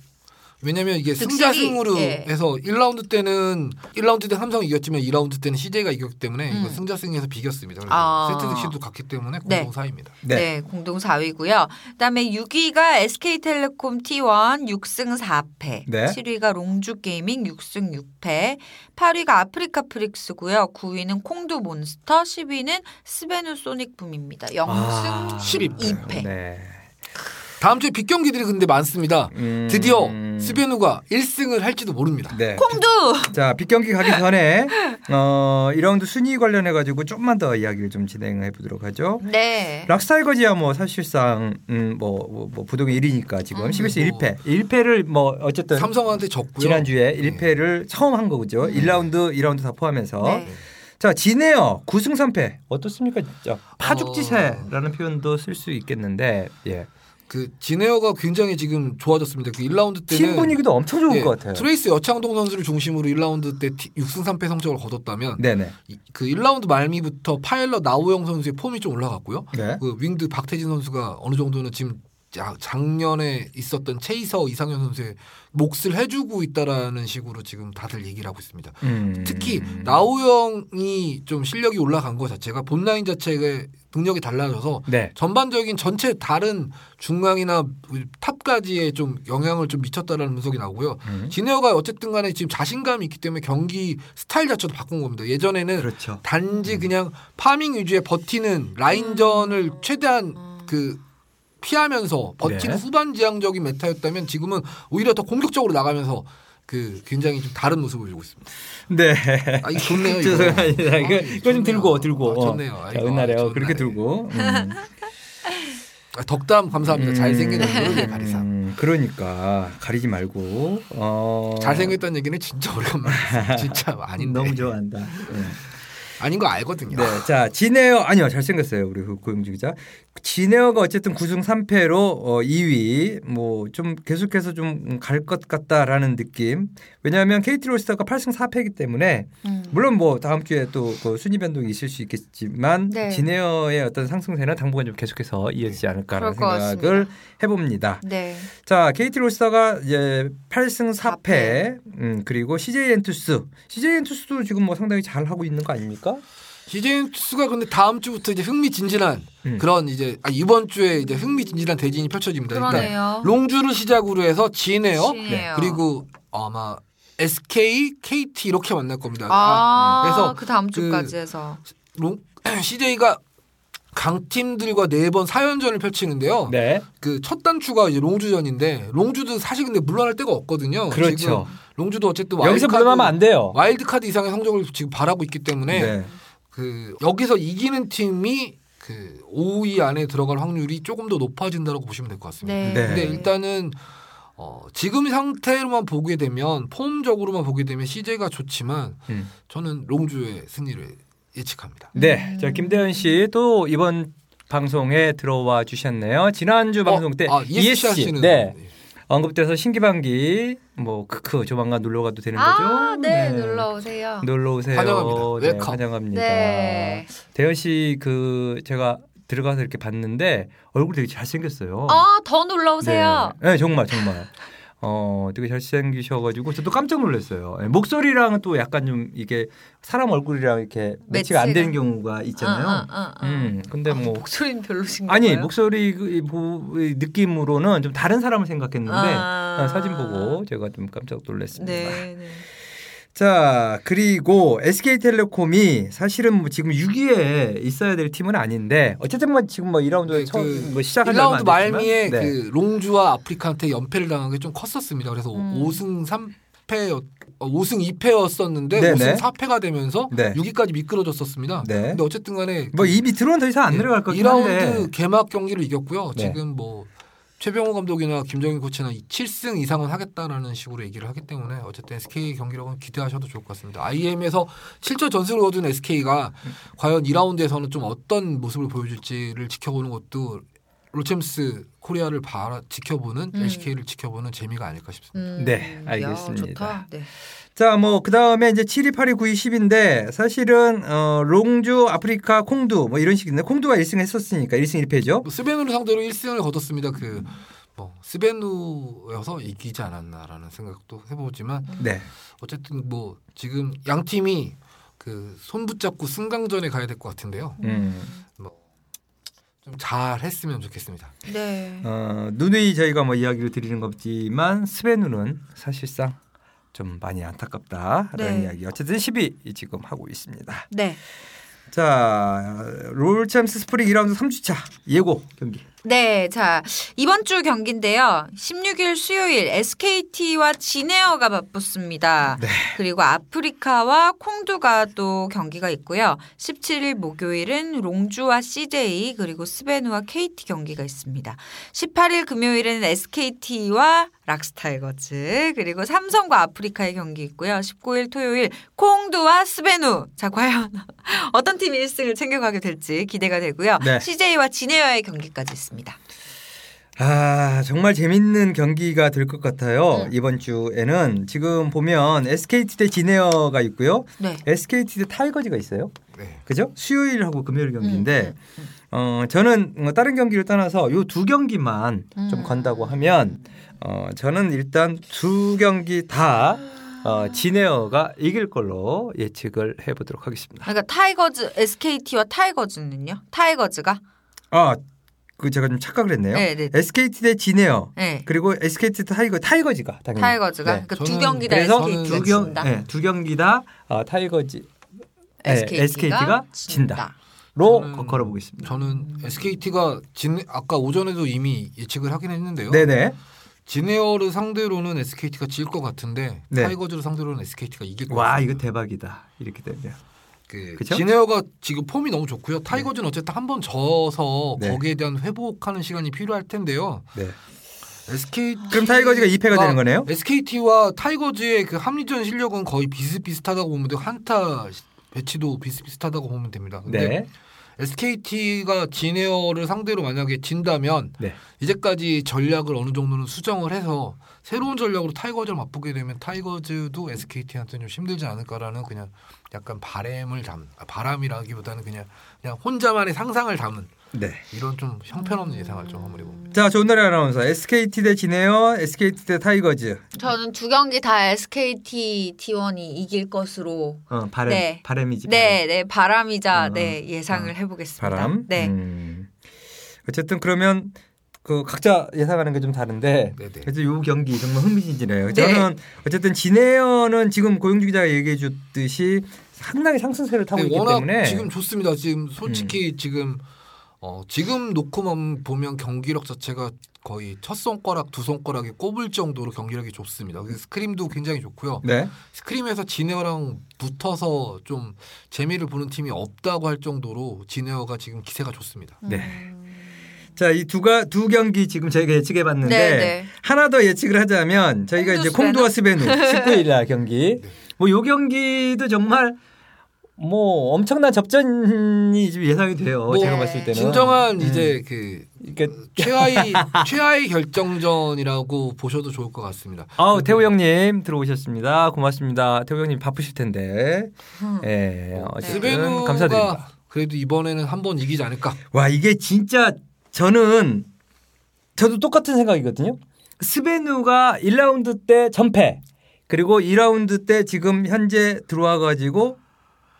Speaker 3: 왜냐면 이게
Speaker 2: 득실이-
Speaker 3: 승자승으로
Speaker 2: 예.
Speaker 3: 해서 1라운드 때는 1라운드 때 삼성이 이겼지만 2라운드 때는 CJ가 이겼기 때문에
Speaker 2: 음.
Speaker 3: 이거 승자승에서 비겼습니다. 그래서
Speaker 2: 아.
Speaker 3: 세트 득실도 같기 때문에
Speaker 2: 네.
Speaker 3: 공동사입니다.
Speaker 2: 네. 공동 4위고요. 그다음에 6위가 SK텔레콤 T1 6승 4패,
Speaker 1: 네.
Speaker 2: 7위가 롱주 게이밍 6승 6패, 8위가 아프리카 프릭스고요. 9위는 콩두 몬스터, 10위는 스베누 소닉붐입니다. 0승
Speaker 1: 아,
Speaker 2: 12패.
Speaker 1: 네.
Speaker 3: 다음 주에 빅경기들이 근데 많습니다.
Speaker 1: 음,
Speaker 3: 드디어 스베누가 1승을 할지도 모릅니다.
Speaker 1: 네.
Speaker 2: 콩두
Speaker 1: 자, 빅경기 가기 전에 어, 2라운드 순위 관련해 가지고 좀만 더 이야기를 좀 진행해 보도록 하죠.
Speaker 2: 네.
Speaker 1: 락스타이거지야 뭐 사실상 음, 뭐, 뭐, 뭐 부동의 1위니까 지금
Speaker 2: 음,
Speaker 1: 11승
Speaker 3: 뭐.
Speaker 1: 1패. 1패를 뭐 어쨌든
Speaker 3: 삼성한테 졌고요. 네.
Speaker 1: 지난주에 1패를 처음 한 거죠. 1라운드, 2라운드 다 포함해서.
Speaker 2: 네.
Speaker 1: 자, 지네어 9승 3패. 어떻습니까? 진짜 파죽지세라는 표현도 쓸 수 있겠는데. 예.
Speaker 3: 그 지네어가 굉장히 지금 좋아졌습니다. 그 1라운드 때는
Speaker 1: 팀 분위기도 엄청 좋은
Speaker 3: 예,
Speaker 1: 것 같아요.
Speaker 3: 트레이스 여창동 선수를 중심으로 1라운드 때 6승 3패 성적을 거뒀다면
Speaker 1: 네, 네.
Speaker 3: 이- 그 1라운드 말미부터 파일럿 나우영 선수의 폼이 좀 올라갔고요.
Speaker 1: 네.
Speaker 3: 그 윙드 박태진 선수가 어느 정도는 지금 자- 작년에 있었던 체이서 이상현 선수의 몫을 해주고 있다라는 식으로 지금 다들 얘기를 하고 있습니다.
Speaker 1: 음.
Speaker 3: 특히 나우영이 좀 실력이 올라간 것 자체가 본라인 자체의 능력이 달라져서
Speaker 1: 네.
Speaker 3: 전반적인 전체 다른 중앙이나 탑까지의 좀 영향을 좀 미쳤다라는 분석이 나오고요.
Speaker 1: 음.
Speaker 3: 진에어가 어쨌든 간에 지금 자신감이 있기 때문에 경기 스타일 자체도 바꾼 겁니다. 예전에는
Speaker 1: 그렇죠.
Speaker 3: 단지 그냥 파밍 위주의 버티는 라인전을 최대한 그 피하면서
Speaker 1: 네.
Speaker 3: 버티는 후반 지향적인 메타였다면 지금은 오히려 더 공격적으로 나가면서 그 굉장히 좀 다른 모습을 보이고 있습니다.
Speaker 1: 네.
Speaker 3: 아, 이거 좋네요. 이거.
Speaker 1: 죄송합니다. 그 이거,
Speaker 3: 아,
Speaker 1: 이거 좀
Speaker 3: 좋네요.
Speaker 1: 들고 들고.
Speaker 3: 아, 좋네요.
Speaker 1: 어. 자,
Speaker 3: 아이고,
Speaker 1: 은날에 어,
Speaker 3: 좋네요.
Speaker 1: 그렇게 들고. 음.
Speaker 3: 아, 덕담 감사합니다. 잘생긴 얼굴의 가리사.
Speaker 1: 음, 그러니까 가리지 말고. 어.
Speaker 3: 잘생겼다는 얘기는 진짜 오래간만에 했어요. 진짜 아닌데.
Speaker 1: 너무 좋아한다. 네.
Speaker 3: 아닌 거 알거든요.
Speaker 1: 네, 자 지네어 아니요 잘생겼어요 우리 그 고용주 기자. 지네어가 어쨌든 9승 3패로 어, 2위 뭐 좀 계속해서 좀 갈 것 같다라는 느낌. 왜냐하면 KT 롤스터가 8승 4패이기 때문에
Speaker 2: 음.
Speaker 1: 물론 뭐 다음 주에 또그 순위 변동이 있을 수 있겠지만
Speaker 2: 네.
Speaker 1: 지네어의 어떤 상승세는 당분간 좀 계속해서 이어지지 않을까라는
Speaker 2: 그럴 것
Speaker 1: 생각을 해봅니다.
Speaker 2: 네.
Speaker 1: 자, KT 롤스터가 이제 8승 4패,
Speaker 2: 사패.
Speaker 1: 음, 그리고 CJ 엔투스. CJ 엔투스도 지금 뭐 상당히 잘 하고 있는 거 아닙니까?
Speaker 3: 시즌2가 근데 다음 주부터 이제 흥미진진한
Speaker 1: 음.
Speaker 3: 그런 이제 아, 이번 주에 이제 흥미진진한 대진이 펼쳐집니다. 일단
Speaker 2: 그러네요.
Speaker 3: 롱주를 시작으로 해서 진에요.
Speaker 2: 신이에요.
Speaker 3: 그리고 아마 SK, KT 이렇게 만날 겁니다. 아,
Speaker 2: 아,
Speaker 3: 그래서
Speaker 2: 그 다음
Speaker 3: 그-
Speaker 2: 주까지 해서
Speaker 3: 롱 CJ가 강팀들과 네 번 사연전을 펼치는데요.
Speaker 1: 네.
Speaker 3: 그 첫 단추가 이제 롱주전인데 롱주도 사실 근데 물러날 데가 없거든요. 어, 지금
Speaker 1: 그렇죠.
Speaker 3: 롱주도 어쨌든
Speaker 1: 여기서
Speaker 3: 와일드카드-
Speaker 1: 물러나면 안 돼요.
Speaker 3: 와일드카드 이상의 성적을 지금 바라고 있기 때문에
Speaker 2: 음.
Speaker 1: 네.
Speaker 3: 그 여기서 이기는 팀이 그 5위 안에 들어갈 확률이 조금 더 높아진다고 보시면 될 것 같습니다.
Speaker 2: 네.
Speaker 1: 네.
Speaker 3: 근데 일단은 어, 지금 상태로만 보게 되면 폼적으로만 보게 되면 CJ가 좋지만
Speaker 1: 음.
Speaker 3: 저는 롱주의 승리를 예측합니다.
Speaker 1: 네. 자, 김대현 씨 또 이번 방송에 들어와 주셨네요. 지난주 방송 때
Speaker 3: 아,
Speaker 1: ESC,
Speaker 3: ESC는 예.
Speaker 1: 네. 언급돼서 신기방기 뭐 크크 조만간 놀러 가도 되는 거죠?
Speaker 2: 아, 네, 놀러 오세요.
Speaker 1: 놀러 오세요.
Speaker 3: 환영합니다.
Speaker 1: 네,
Speaker 3: 웰컴.
Speaker 1: 환영합니다.
Speaker 2: 네.
Speaker 1: 대현 씨 그 제가 들어가서 이렇게 봤는데 얼굴 되게 잘생겼어요.
Speaker 2: 아, 더 놀러 오세요.
Speaker 1: 네. 네, 정말 정말. 어, 되게 잘생기셔가지고 저도 깜짝 놀랐어요. 예, 목소리랑 또 약간 좀 이게 사람 얼굴이랑 이렇게 매치가 안
Speaker 2: 매치가.
Speaker 1: 되는 경우가 있잖아요.
Speaker 2: 아, 아, 아, 아.
Speaker 1: 음, 근데 뭐
Speaker 2: 목소리는 별로신가요?
Speaker 1: 아니 목소리 그- 보- 느낌으로는 좀 다른 사람을 생각했는데
Speaker 2: 아.
Speaker 1: 어, 사진 보고 제가 좀 깜짝 놀랐습니다.
Speaker 2: 네. 네.
Speaker 1: 자, 그리고 SK텔레콤이 사실은 뭐 지금 6위에 있어야 될 팀은 아닌데 어쨌든 뭐 지금 뭐 2라운드
Speaker 3: 네,
Speaker 1: 처음
Speaker 3: 그
Speaker 1: 뭐 시작한 지 얼마
Speaker 3: 1라운드
Speaker 1: 안 됐지만,
Speaker 3: 말미에
Speaker 1: 네.
Speaker 3: 그 롱주와 아프리카한테 연패를 당한 게 좀 컸었습니다. 그래서
Speaker 2: 음.
Speaker 3: 5승 3패 5승 2패였었는데
Speaker 1: 네네.
Speaker 3: 5승 4패가 되면서
Speaker 1: 네.
Speaker 3: 6위까지 미끄러졌었습니다.
Speaker 1: 네.
Speaker 3: 근데 어쨌든 간에 그
Speaker 1: 뭐 이 밑으로는 더 이상 안 내려갈 거긴 한데
Speaker 3: 예, 2라운드 개막 경기를 이겼고요.
Speaker 1: 네.
Speaker 3: 지금 뭐 최병호 감독이나 김정인 코치나 7승 이상은 하겠다라는 식으로 얘기를 하기 때문에 어쨌든 SK 경기라고는 기대하셔도 좋을 것 같습니다. IM에서 7절 전승을 거둔 SK가 과연 2라운드에서는 좀 어떤 모습을 보여줄지를 지켜보는 것도 로챔스 코리아를 바라 지켜보는
Speaker 2: 음.
Speaker 3: SK를 지켜보는 재미가 아닐까 싶습니다.
Speaker 2: 음,
Speaker 1: 네,
Speaker 2: 이야,
Speaker 1: 알겠습니다.
Speaker 2: 좋다. 네.
Speaker 1: 자, 뭐 그다음에 이제 7, 2, 8, 2, 9, 2, 10인데 사실은 어 롱주, 아프리카, 콩두 뭐 이런 식인데 콩두가 1승 했었으니까 1승 1패죠.
Speaker 3: 뭐 스벤누를 상대로 1승을 거뒀습니다. 그 뭐, 스벤누여서 이기지 않았나라는 생각도 해보지만
Speaker 1: 네.
Speaker 3: 어쨌든 뭐 지금 양 팀이 그 손붙잡고 승강전에 가야 될 것 같은데요.
Speaker 1: 음.
Speaker 3: 좀 잘했으면 좋겠습니다.
Speaker 2: 네.
Speaker 1: 어, 누누이 저희가 뭐 이야기를 드리는 거지만 스베누는 사실상 좀 많이 안타깝다라는
Speaker 2: 네.
Speaker 1: 이야기. 어쨌든 10위 지금 하고 있습니다.
Speaker 2: 네.
Speaker 1: 자, 롤챔스 스프링 2라운드 3주차 예고 경기.
Speaker 2: 네, 자 이번 주 경기인데요. 16일 수요일 SKT와 진에어가 맞붙습니다. 그리고 아프리카와 콩두가 또 경기가 있고요. 17일 목요일은 롱주와 CJ 그리고 스베누와 KT 경기가 있습니다. 18일 금요일에는 SKT와 락스타이거즈 그리고 삼성과 아프리카의 경기 있고요. 19일 토요일 콩두와 스베누. 자 과연 어떤 팀이 1승을 챙겨가게 될지 기대가 되고요.
Speaker 1: 네.
Speaker 2: CJ와 진에어의 경기까지 있습니다.
Speaker 1: 아, 정말 재밌는 경기가 될 것 같아요.
Speaker 2: 음.
Speaker 1: 이번 주에는 지금 보면 SKT 대 지네어가 있고요.
Speaker 2: 네.
Speaker 1: SKT 대 타이거즈가 있어요.
Speaker 3: 네.
Speaker 1: 그죠? 수요일하고 금요일 경기인데
Speaker 2: 음,
Speaker 1: 어, 저는 뭐 다른 경기를 떠나서 요 두 경기만 좀
Speaker 2: 음.
Speaker 1: 건다고 하면 어, 저는 일단 두 경기 다 어, 지네어가 이길 걸로 예측을 해 보도록 하겠습니다.
Speaker 2: 그러니까 타이거즈 SKT와 타이거즈는요? 타이거즈가
Speaker 1: 아, 그 제가 좀 착각을 했네요.
Speaker 2: 네, 네.
Speaker 1: SKT 대 지네어.
Speaker 2: 네.
Speaker 1: 그리고 SKT 타이거 타이거즈가 당연히.
Speaker 2: 타이거즈가
Speaker 1: 네.
Speaker 2: 그러니까 두
Speaker 3: 저는
Speaker 2: 경기 다
Speaker 1: 그래서
Speaker 2: SKT가
Speaker 1: 두, 경,
Speaker 2: 진다.
Speaker 1: 네, 두 경기 다 어, 타이거즈로 네,
Speaker 2: SKT가, 음.
Speaker 1: SKT가 진다.
Speaker 3: 저는-
Speaker 1: 거- 걸어보겠습니다.
Speaker 3: 저는 SKT가 진 아까 오전에도 이미 예측을 하긴 했는데요.
Speaker 1: 네네.
Speaker 3: 진에어를 상대로는 SKT가 질 것 같은데
Speaker 1: 네.
Speaker 3: 타이거즈를 상대로는 SKT가 이길 것
Speaker 1: 와 이거
Speaker 3: 같습니다.
Speaker 1: 대박이다. 이렇게 되면.
Speaker 3: 그
Speaker 1: 그쵸?
Speaker 3: 진에어가 지금 폼이 너무 좋고요. 타이거즈는 어쨌든 한 번 져서
Speaker 1: 네.
Speaker 3: 거기에 대한 회복하는 시간이 필요할 텐데요.
Speaker 1: 네.
Speaker 3: SK
Speaker 1: 그럼 타이거즈가 2패가 되는 거네요?
Speaker 3: SKT와 타이거즈의 그 합리전 실력은 거의 비슷비슷하다고 보면 되고 한타 시- 배치도 비슷비슷하다고 보면 됩니다.
Speaker 2: 아,
Speaker 3: 근데
Speaker 1: 네.
Speaker 3: SKT가 진에어를 상대로 만약에 진다면
Speaker 1: 네.
Speaker 3: 이제까지 전략을 어느 정도는 수정을 해서 새로운 전략으로 타이거즈를 맞붙게 되면 타이거즈도 SKT한테는 좀 힘들지 않을까라는 그냥 약간 바램을 담 아, 바람이라기보다는 그냥 그냥 혼자만의 상상을 담은
Speaker 1: 네.
Speaker 3: 이런 좀 형편없는 예상을 좀 한번 해봅니다.
Speaker 1: 자, 좋은 날의 아나운서. SKT 대 지네어, SKT 대 타이거즈.
Speaker 2: 저는 두 경기 다 SKT T1이 이길 것으로
Speaker 1: 어, 바람.
Speaker 2: 네.
Speaker 1: 바람이지.
Speaker 2: 네, 네 바람이자
Speaker 1: 음,
Speaker 2: 네 예상을
Speaker 1: 음.
Speaker 2: 해보겠습니다.
Speaker 1: 바람.
Speaker 2: 네.
Speaker 1: 음. 어쨌든 그러면 그 각자 예상하는 게 좀 다른데
Speaker 3: 네네.
Speaker 1: 그래서 요 경기 정말 흥미진진해요.
Speaker 2: 네.
Speaker 1: 저는 어쨌든 진해연은 지금 고영주 기자가 얘기해 줬듯이 상당히 상승세를 타고
Speaker 3: 네,
Speaker 1: 있기 때문에 음.
Speaker 3: 지금 좋습니다. 지금 솔직히 지금 어, 지금 놓고만 보면 경기력 자체가 거의 첫 손가락 두 손가락에 꼽을 정도로 경기력이 좋습니다. 그 스크림도 굉장히 좋고요.
Speaker 1: 네.
Speaker 3: 스크림에서 진에어랑 붙어서 좀 재미를 보는 팀이 없다고 할 정도로 진에어가 지금 기세가 좋습니다.
Speaker 2: 음.
Speaker 1: 네. 자, 이 두가 두 경기 지금 저희가 예측해 봤는데
Speaker 2: 네, 네.
Speaker 1: 하나 더 예측을 하자면 저희가
Speaker 2: 콩두
Speaker 1: 이제 콩두와 스베누 19일 날 경기.
Speaker 3: 네.
Speaker 1: 뭐 요 경기도 정말 뭐 엄청난 접전이 좀 예상이 돼요.
Speaker 3: 뭐
Speaker 1: 제가 봤을 때는. 음.
Speaker 3: 진정한 이제 그
Speaker 1: 그러니까
Speaker 3: 최하위 최하위 결정전이라고 보셔도 좋을 것 같습니다.
Speaker 1: 아우 태우 형님 들어오셨습니다. 고맙습니다. 태우 형님 바쁘실 텐데.
Speaker 2: 음.
Speaker 3: 네.
Speaker 1: 예. 어쨌든
Speaker 3: 스베누가
Speaker 1: 감사드립니다.
Speaker 3: 그래도 이번에는 한번 이기지 않을까.
Speaker 1: 와 이게 진짜 저는 저도 똑같은 생각이거든요. 스베누가 1라운드 때 전패 그리고 2라운드 때 지금 현재 들어와 가지고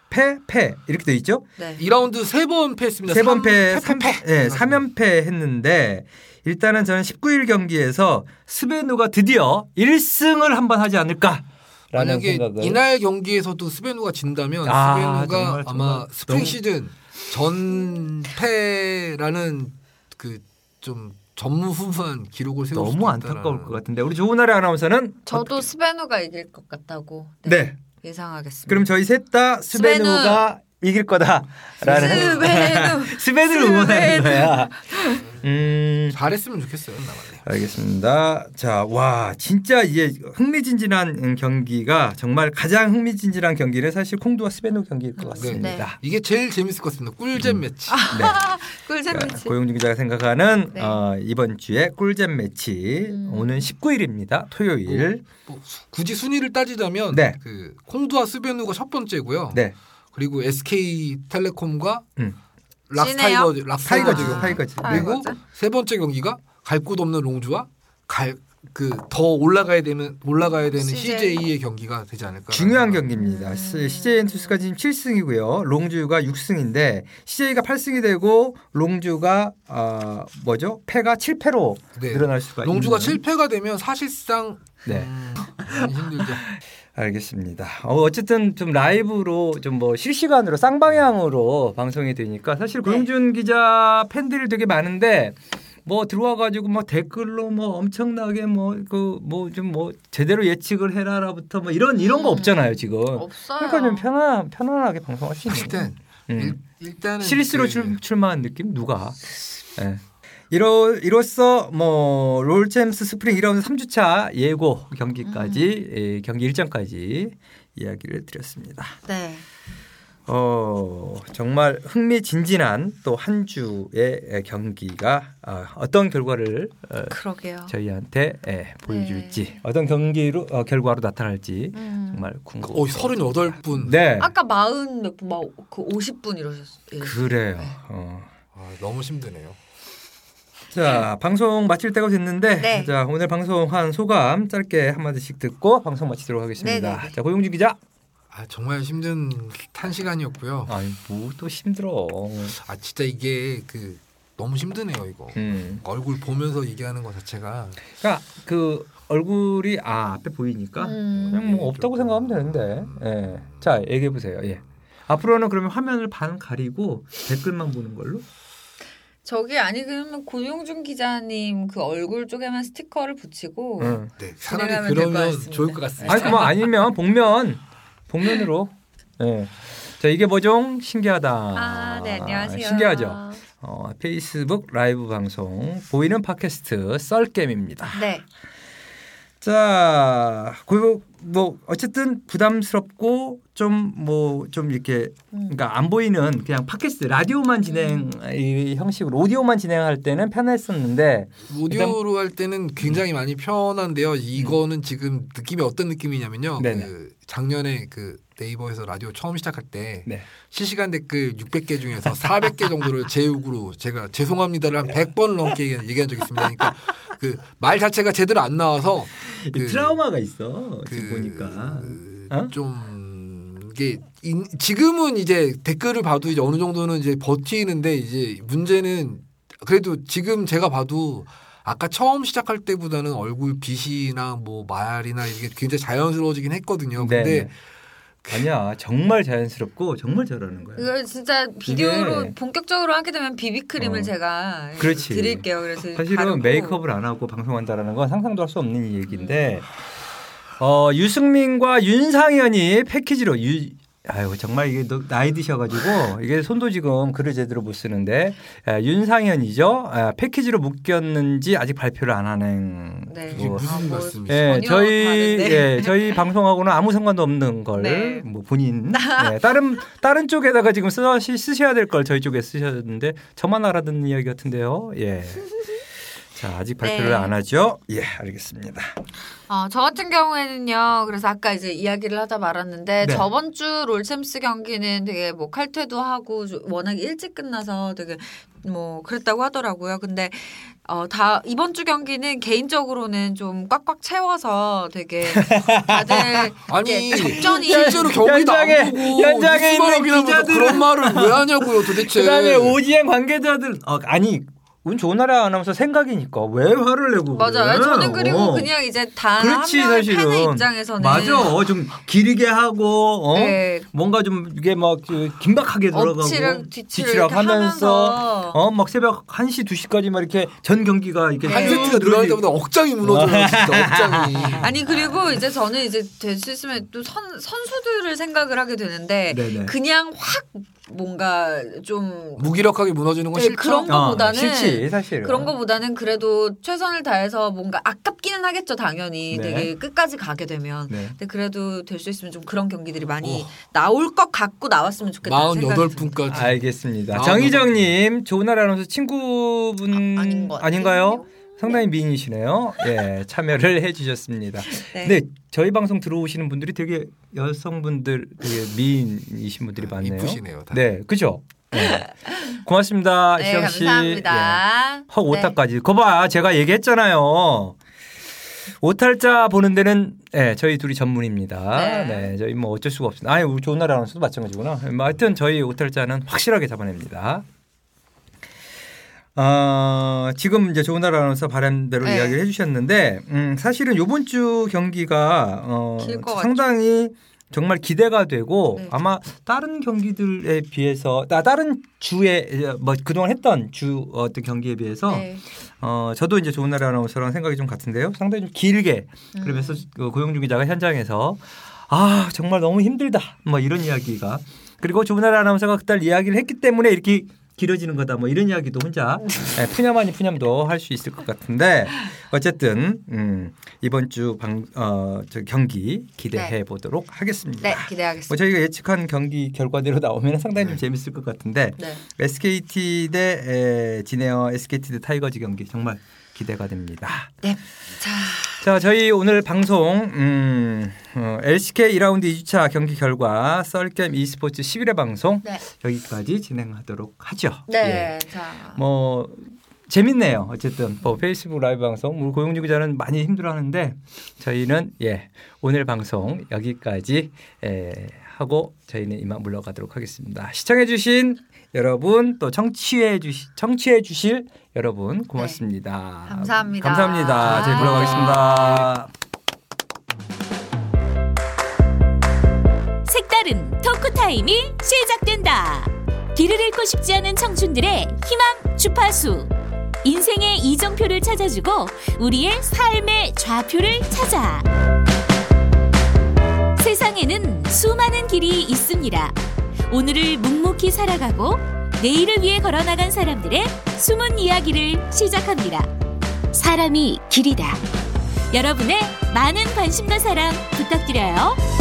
Speaker 1: 패, 패 이렇게 돼 있죠.
Speaker 2: 네.
Speaker 3: 2라운드 세 번 패했습니다.
Speaker 1: 세 번 패,
Speaker 3: 패, 아,
Speaker 1: 삼
Speaker 3: 패.
Speaker 1: 예, 3연패 했는데 일단은 저는 19일 경기에서 스베누가 드디어 1승을 한번 하지 않을까 라는
Speaker 3: 만약에
Speaker 1: 생각을
Speaker 3: 이날 경기에서도 스베누가 진다면
Speaker 1: 아,
Speaker 3: 스베누가
Speaker 1: 정말, 정말
Speaker 3: 아마 스프링
Speaker 1: 너무-
Speaker 3: 시즌 전패라는 그 좀 전무후무한 기록을 세울 수도
Speaker 1: 너무
Speaker 3: 있다라는.
Speaker 1: 안타까울 것 같은데 우리 좋은 날의 아나운서는
Speaker 2: 저도 스베누가 이길 것 같다고 네,
Speaker 1: 네.
Speaker 2: 예상하겠습니다.
Speaker 1: 그럼 저희 셋 다 스베누가 이길 거다라는
Speaker 2: 스베누
Speaker 1: 네. 스베누를 응원하는 거야. 음.
Speaker 3: 잘했으면 좋겠어요 나만에.
Speaker 1: 알겠습니다. 자, 와, 진짜 이제 흥미진진한 음, 경기가 정말 가장 흥미진진한 경기는 사실 콩두와 스베누 경기일 것 같습니다.
Speaker 3: 이게 제일 재밌을 것 같습니다. 꿀잼 매치.
Speaker 1: 네.
Speaker 2: 꿀잼
Speaker 1: 그러니까
Speaker 2: 매치.
Speaker 1: 고용준 기자가 생각하는
Speaker 2: 네.
Speaker 1: 어, 이번 주에 꿀잼 매치
Speaker 2: 음.
Speaker 1: 오는 19일입니다. 토요일.
Speaker 3: 뭐 수- 굳이 순위를 따지자면
Speaker 1: 네.
Speaker 3: 그 콩두와 스베누가 첫 번째고요.
Speaker 1: 네.
Speaker 3: 그리고 SK 텔레콤과
Speaker 1: 음.
Speaker 3: 락타이거
Speaker 1: 타이거즈,
Speaker 3: 락타이거즈
Speaker 1: 요
Speaker 2: 아.
Speaker 1: 타이거즈. 네.
Speaker 2: 아이고.
Speaker 3: 그리고 세 번째 경기가 갈 곳 없는 롱주와 갈 그 더 올라가야 되는 올라가야 되는
Speaker 2: CJ.
Speaker 3: CJ의 경기가 되지 않을까.
Speaker 1: 중요한 경기입니다.
Speaker 2: 음.
Speaker 1: 시- CJ 엔투스가 지금 7승이고요. 롱주가 6승인데 CJ가 8승이 되고 롱주가 아 뭐죠? 패가 7패로
Speaker 3: 네.
Speaker 1: 늘어날 수가 있는
Speaker 3: 롱주가 7패가 되면 사실상
Speaker 1: 음. 네.
Speaker 3: 음, 많이 힘들죠.
Speaker 1: 알겠습니다. 어, 어쨌든 좀 라이브로 좀 뭐 실시간으로 쌍방향으로 방송이 되니까 사실
Speaker 3: 네.
Speaker 1: 고영준 기자 팬들이 되게 많은데 뭐 들어와 가지고 뭐 댓글로 뭐 엄청나게 뭐 그 뭐 좀 뭐 제대로 예측을 해라라부터 뭐 이런 이런 거
Speaker 2: 음.
Speaker 1: 없잖아요 지금.
Speaker 2: 없어요.
Speaker 1: 그러니까 좀 편안 편안하게 방송할 수 있는.
Speaker 3: 일단
Speaker 1: 음.
Speaker 3: 일, 단은 그
Speaker 1: 실수로 출, 출마한 느낌 누가? 예. 이로 이로써 뭐 롤챔스 스프링 1라운드 3주차 예고 경기까지
Speaker 2: 음.
Speaker 1: 예, 경기 일정까지 이야기를 드렸습니다.
Speaker 2: 네.
Speaker 1: 어 정말 흥미진진한 또 한 주의 경기가 어, 어떤 결과를 어,
Speaker 2: 그러게요.
Speaker 1: 저희한테 예, 보여줄지 어떤 경기로 어, 결과로 나타날지
Speaker 2: 네. 음.
Speaker 1: 정말 궁금.
Speaker 3: 어, 38분.
Speaker 1: 네.
Speaker 2: 아까 마흔 몇 분, 막그 50분 이러셨어요. 예.
Speaker 1: 그래요.
Speaker 2: 네.
Speaker 1: 어.
Speaker 3: 아, 너무 힘드네요.
Speaker 1: 자 방송 마칠 때가 됐는데
Speaker 2: 네.
Speaker 1: 자 오늘 방송한 소감 짧게 한 마디씩 듣고 방송 마치도록 하겠습니다.
Speaker 2: 네네네.
Speaker 1: 자 고용준 기자.
Speaker 3: 아, 정말 힘든 탄 시간이었고요.
Speaker 1: 아니 뭐또 힘들어.
Speaker 3: 아, 진짜 이게 그 너무 힘드네요, 이거.
Speaker 1: 음.
Speaker 3: 얼굴 보면서 얘기하는 것 자체가
Speaker 1: 그러니까 그 얼굴이 아 앞에 보이니까
Speaker 2: 음.
Speaker 1: 그냥 뭐 없다고 생각하면 되는데. 예. 자 얘기해 보세요. 예. 앞으로는 그러면 화면을 반 가리고 댓글만 보는 걸로.
Speaker 2: 저기 아니 그러면 고용준 기자님 그 얼굴 쪽에만 스티커를 붙이고
Speaker 1: 음.
Speaker 3: 네,
Speaker 2: 진행하면
Speaker 3: 차라리
Speaker 2: 될것
Speaker 3: 그러면
Speaker 2: 같습니다.
Speaker 3: 좋을 것 같습니다.
Speaker 1: 아니 그러니까 그뭐 아니면 복면 복면으로. 예. 자 이게 뭐죠? 신기하다.
Speaker 2: 아, 네, 안녕하세요.
Speaker 1: 신기하죠. 어, 페이스북 라이브 방송 보이는 팟캐스트 썰겜입니다.
Speaker 2: 네.
Speaker 1: 자, 그리고 뭐 어쨌든 부담스럽고 좀 뭐 좀 이렇게
Speaker 2: 음.
Speaker 1: 그러니까 안 보이는 그냥 팟캐스트 라디오만 진행 이 형식으로 오디오만 진행할 때는 편했었는데
Speaker 3: 오디오로 할 때는 굉장히
Speaker 1: 음.
Speaker 3: 많이 편한데요. 이거는 지금 느낌이 어떤 느낌이냐면요.
Speaker 1: 네네.
Speaker 3: 그 작년에 그 네이버에서 라디오 처음 시작할 때
Speaker 1: 네.
Speaker 3: 실시간 댓글 600개 중에서 400개 정도를 제육으로 제가 죄송합니다를 한 100번 넘게 얘기- 얘기한 적이 있습니다. 그러니까 그 말 자체가 제대로 안 나와서 그-
Speaker 1: 트라우마가 있어 지금
Speaker 3: 그-
Speaker 1: 보니까
Speaker 3: 그
Speaker 1: 어?
Speaker 3: 좀 이게 인- 지금은 이제 댓글을 봐도 이제 어느 정도는 이제 버티는데 이제 문제는 그래도 지금 제가 봐도 아까 처음 시작할 때보다는 얼굴 빛이나 뭐 말이나 이게 굉장히 자연스러워지긴 했거든요.
Speaker 1: 네,
Speaker 3: 근데
Speaker 1: 네. 아니야 정말 자연스럽고 정말 잘하는 거야.
Speaker 2: 이거 진짜 비디오로
Speaker 1: 이게-
Speaker 2: 본격적으로 하게 되면 비비크림을
Speaker 1: 어.
Speaker 2: 제가
Speaker 1: 그렇지.
Speaker 2: 드릴게요. 그래서
Speaker 1: 사실은
Speaker 2: 바르고.
Speaker 1: 메이크업을 안 하고 방송한다라는 건 상상도 할 수 없는
Speaker 2: 음.
Speaker 1: 얘기인데 어, 유승민과 윤상현이 패키지로 유, 아유 정말 이게 너- 나이 드셔가지고 이게 손도 지금 글을 제대로 못 쓰는데 에, 윤상현이죠 에, 패키지로 묶였는지 아직 발표를 안 하는
Speaker 2: 네.
Speaker 1: 뭐-
Speaker 3: 무슨
Speaker 2: 뭐-
Speaker 3: 말씀이세요?
Speaker 1: 예,
Speaker 2: 전혀
Speaker 1: 저희
Speaker 2: 다른데.
Speaker 1: 예, 저희 방송하고는 아무 상관도 없는 걸 뭐
Speaker 2: 네.
Speaker 1: 본인 예, 다른 다른 쪽에다가 지금 쓰, 쓰셔야 될 걸 저희 쪽에 쓰셨는데 저만 알아듣는 이야기 같은데요. 예. 자, 아직 발표를
Speaker 2: 네.
Speaker 1: 안 하죠? 예, 알겠습니다.
Speaker 2: 어, 저 같은 경우에는요. 그래서 아까 이제 이야기를 하다 말았는데
Speaker 1: 네.
Speaker 2: 저번 주 롤챔스 경기는 되게 뭐 칼퇴도 하고 좀 워낙 일찍 끝나서 되게 뭐 그랬다고 하더라고요. 근데 어, 다 이번 주 경기는 개인적으로는 좀 꽉꽉 채워서 되게 다들
Speaker 3: 아니
Speaker 2: 이게 접전이
Speaker 3: 실제로 경기도
Speaker 1: 현장에-
Speaker 3: 안 보고
Speaker 1: 현장에 있는
Speaker 3: 뉴스바람이라면서
Speaker 1: 기자들은-
Speaker 3: 그런 말을 왜 하냐고요 도대체.
Speaker 1: 그다음에 오지행 관계자들 어, 아니 운 좋은 나라 아나운서 생각이니까 왜 화를 내고 그래?
Speaker 2: 맞아요. 저는 그리고
Speaker 1: 어.
Speaker 2: 그냥 이제 단 한
Speaker 1: 그렇지
Speaker 2: 명의 팬의
Speaker 1: 사실은
Speaker 2: 입장에서는
Speaker 1: 맞아 어, 좀 길게 하고 어?
Speaker 2: 네.
Speaker 1: 뭔가 좀 이게 막그 긴박하게 돌아가고
Speaker 2: 엎치락 뒤치락
Speaker 1: 뒤치락
Speaker 2: 이렇게 하면서.
Speaker 1: 하면서 어막 새벽 1시 2시까지 막 이렇게 전 경기가 이렇게 네.
Speaker 3: 한 세트가
Speaker 1: 쭉
Speaker 3: 늘어날
Speaker 1: 늘리-
Speaker 3: 때마다 억장이 무너져요. 진짜 억장이.
Speaker 2: 아니 그리고 이제 저는 이제 될 수 있으면 또 선, 선수들을 생각을 하게 되는데
Speaker 1: 네네.
Speaker 2: 그냥 확 뭔가 좀
Speaker 3: 무기력하게 무너지는
Speaker 1: 아,
Speaker 2: 네,
Speaker 3: 건 싫죠.
Speaker 2: 그런 거- 것보다는
Speaker 1: 싫지 사실
Speaker 2: 그런 거보다는 그래도 최선을 다해서 뭔가 아깝기는 하겠죠 당연히
Speaker 1: 네.
Speaker 2: 되게 끝까지 가게 되면
Speaker 1: 네.
Speaker 2: 근데 그래도 될 수 있으면 좀 그런 경기들이 많이 나올 것 같고 나왔으면 좋겠다는 생각이
Speaker 3: 48분까지.
Speaker 1: 알겠습니다.
Speaker 3: 아,
Speaker 1: 정희정님 좋은 하루 아나운서 친구분
Speaker 2: 아, 아닌 것 같아요.
Speaker 1: 아닌가요? 상당히 미인이시네요. 예, 참여를 해주셨습니다.
Speaker 2: 네.
Speaker 1: 근데 저희 방송 들어오시는 분들이 되게 여성분들 되게 미인이신 분들이 많네요.
Speaker 3: 아, 이쁘시네요. 다.
Speaker 1: 네, 그죠? 네. 고맙습니다.
Speaker 2: 네,
Speaker 1: 시영 씨.
Speaker 2: 감사합니다. 네.
Speaker 1: 예. 헉 오타까지. 거봐, 제가 얘기했잖아요. 오탈자 보는 데는 예, 저희 둘이 전문입니다.
Speaker 2: 네.
Speaker 1: 네. 저희 뭐 어쩔 수가 없습니다. 아니, 우리 좋은 날 아나운서도 마찬가지구나. 뭐 하여튼 저희 오탈자는 확실하게 잡아냅니다. 아, 지금 이제 좋은 날 아나운서 바람대로
Speaker 2: 네.
Speaker 1: 이야기를 해주셨는데 음, 사실은 이번 주 경기가 어,
Speaker 2: 길것 같죠.
Speaker 1: 상당히 정말 기대가 되고
Speaker 2: 네.
Speaker 1: 아마 다른 경기들에 비해서 나 다른 주에 뭐 그동안 했던 주 어떤 경기에 비해서
Speaker 2: 네.
Speaker 1: 어 저도 이제 좋은 나라 아나운서랑 생각이 좀 같은데요. 상당히 좀 길게
Speaker 2: 음.
Speaker 1: 그러면서 그 고용준 기자가 현장에서 아 정말 너무 힘들다 뭐 이런 이야기가 그리고 좋은 나라 아나운서가 그날 이야기를 했기 때문에 이렇게 길어지는 거다 뭐 이런 이야기도 혼자 예, 푸념 아니 푸념도 할 수 있을 것 같은데 어쨌든 음, 이번 주방어저 경기 기대해 보도록 하겠습니다.
Speaker 2: 네,
Speaker 1: 뭐
Speaker 2: 기대하겠습니다.
Speaker 1: 저희가 예측한 경기 결과대로 나오면 상당히 좀 재밌을 것 같은데
Speaker 2: 네.
Speaker 1: SKT 대 에, 진에어 SKT 대 타이거즈 경기 정말 기대가 됩니다.
Speaker 2: 네. 자,
Speaker 1: 자, 저희 오늘 방송 음, 어, LCK 2라운드 2주차 경기 결과 썰겜 e스포츠 10일의 방송
Speaker 2: 네.
Speaker 1: 여기까지 진행하도록 하죠.
Speaker 2: 네. 자.
Speaker 1: 예. 뭐 재밌네요. 어쨌든 뭐 페이스북 라이브 방송 우리 고용주 기자는 많이 힘들어하는데 저희는 예 오늘 방송 여기까지 예, 하고 저희는 이만 물러가도록 하겠습니다. 시청해주신 여러분 또 청취해주시 청취해주실 여러분 고맙습니다.
Speaker 2: 네, 감사합니다. 네.
Speaker 1: 감사합니다. 저희 물러가겠습니다.
Speaker 5: 색다른 토크 타임이 시작된다. 길을 잃고 싶지 않은 청춘들의 희망 주파수. 인생의 이정표를 찾아주고 우리의 삶의 좌표를 찾아. 세상에는 수많은 길이 있습니다. 오늘을 묵묵히 살아가고 내일을 위해 걸어나간 사람들의 숨은 이야기를 시작합니다. 사람이 길이다. 여러분의 많은 관심과 사랑 부탁드려요.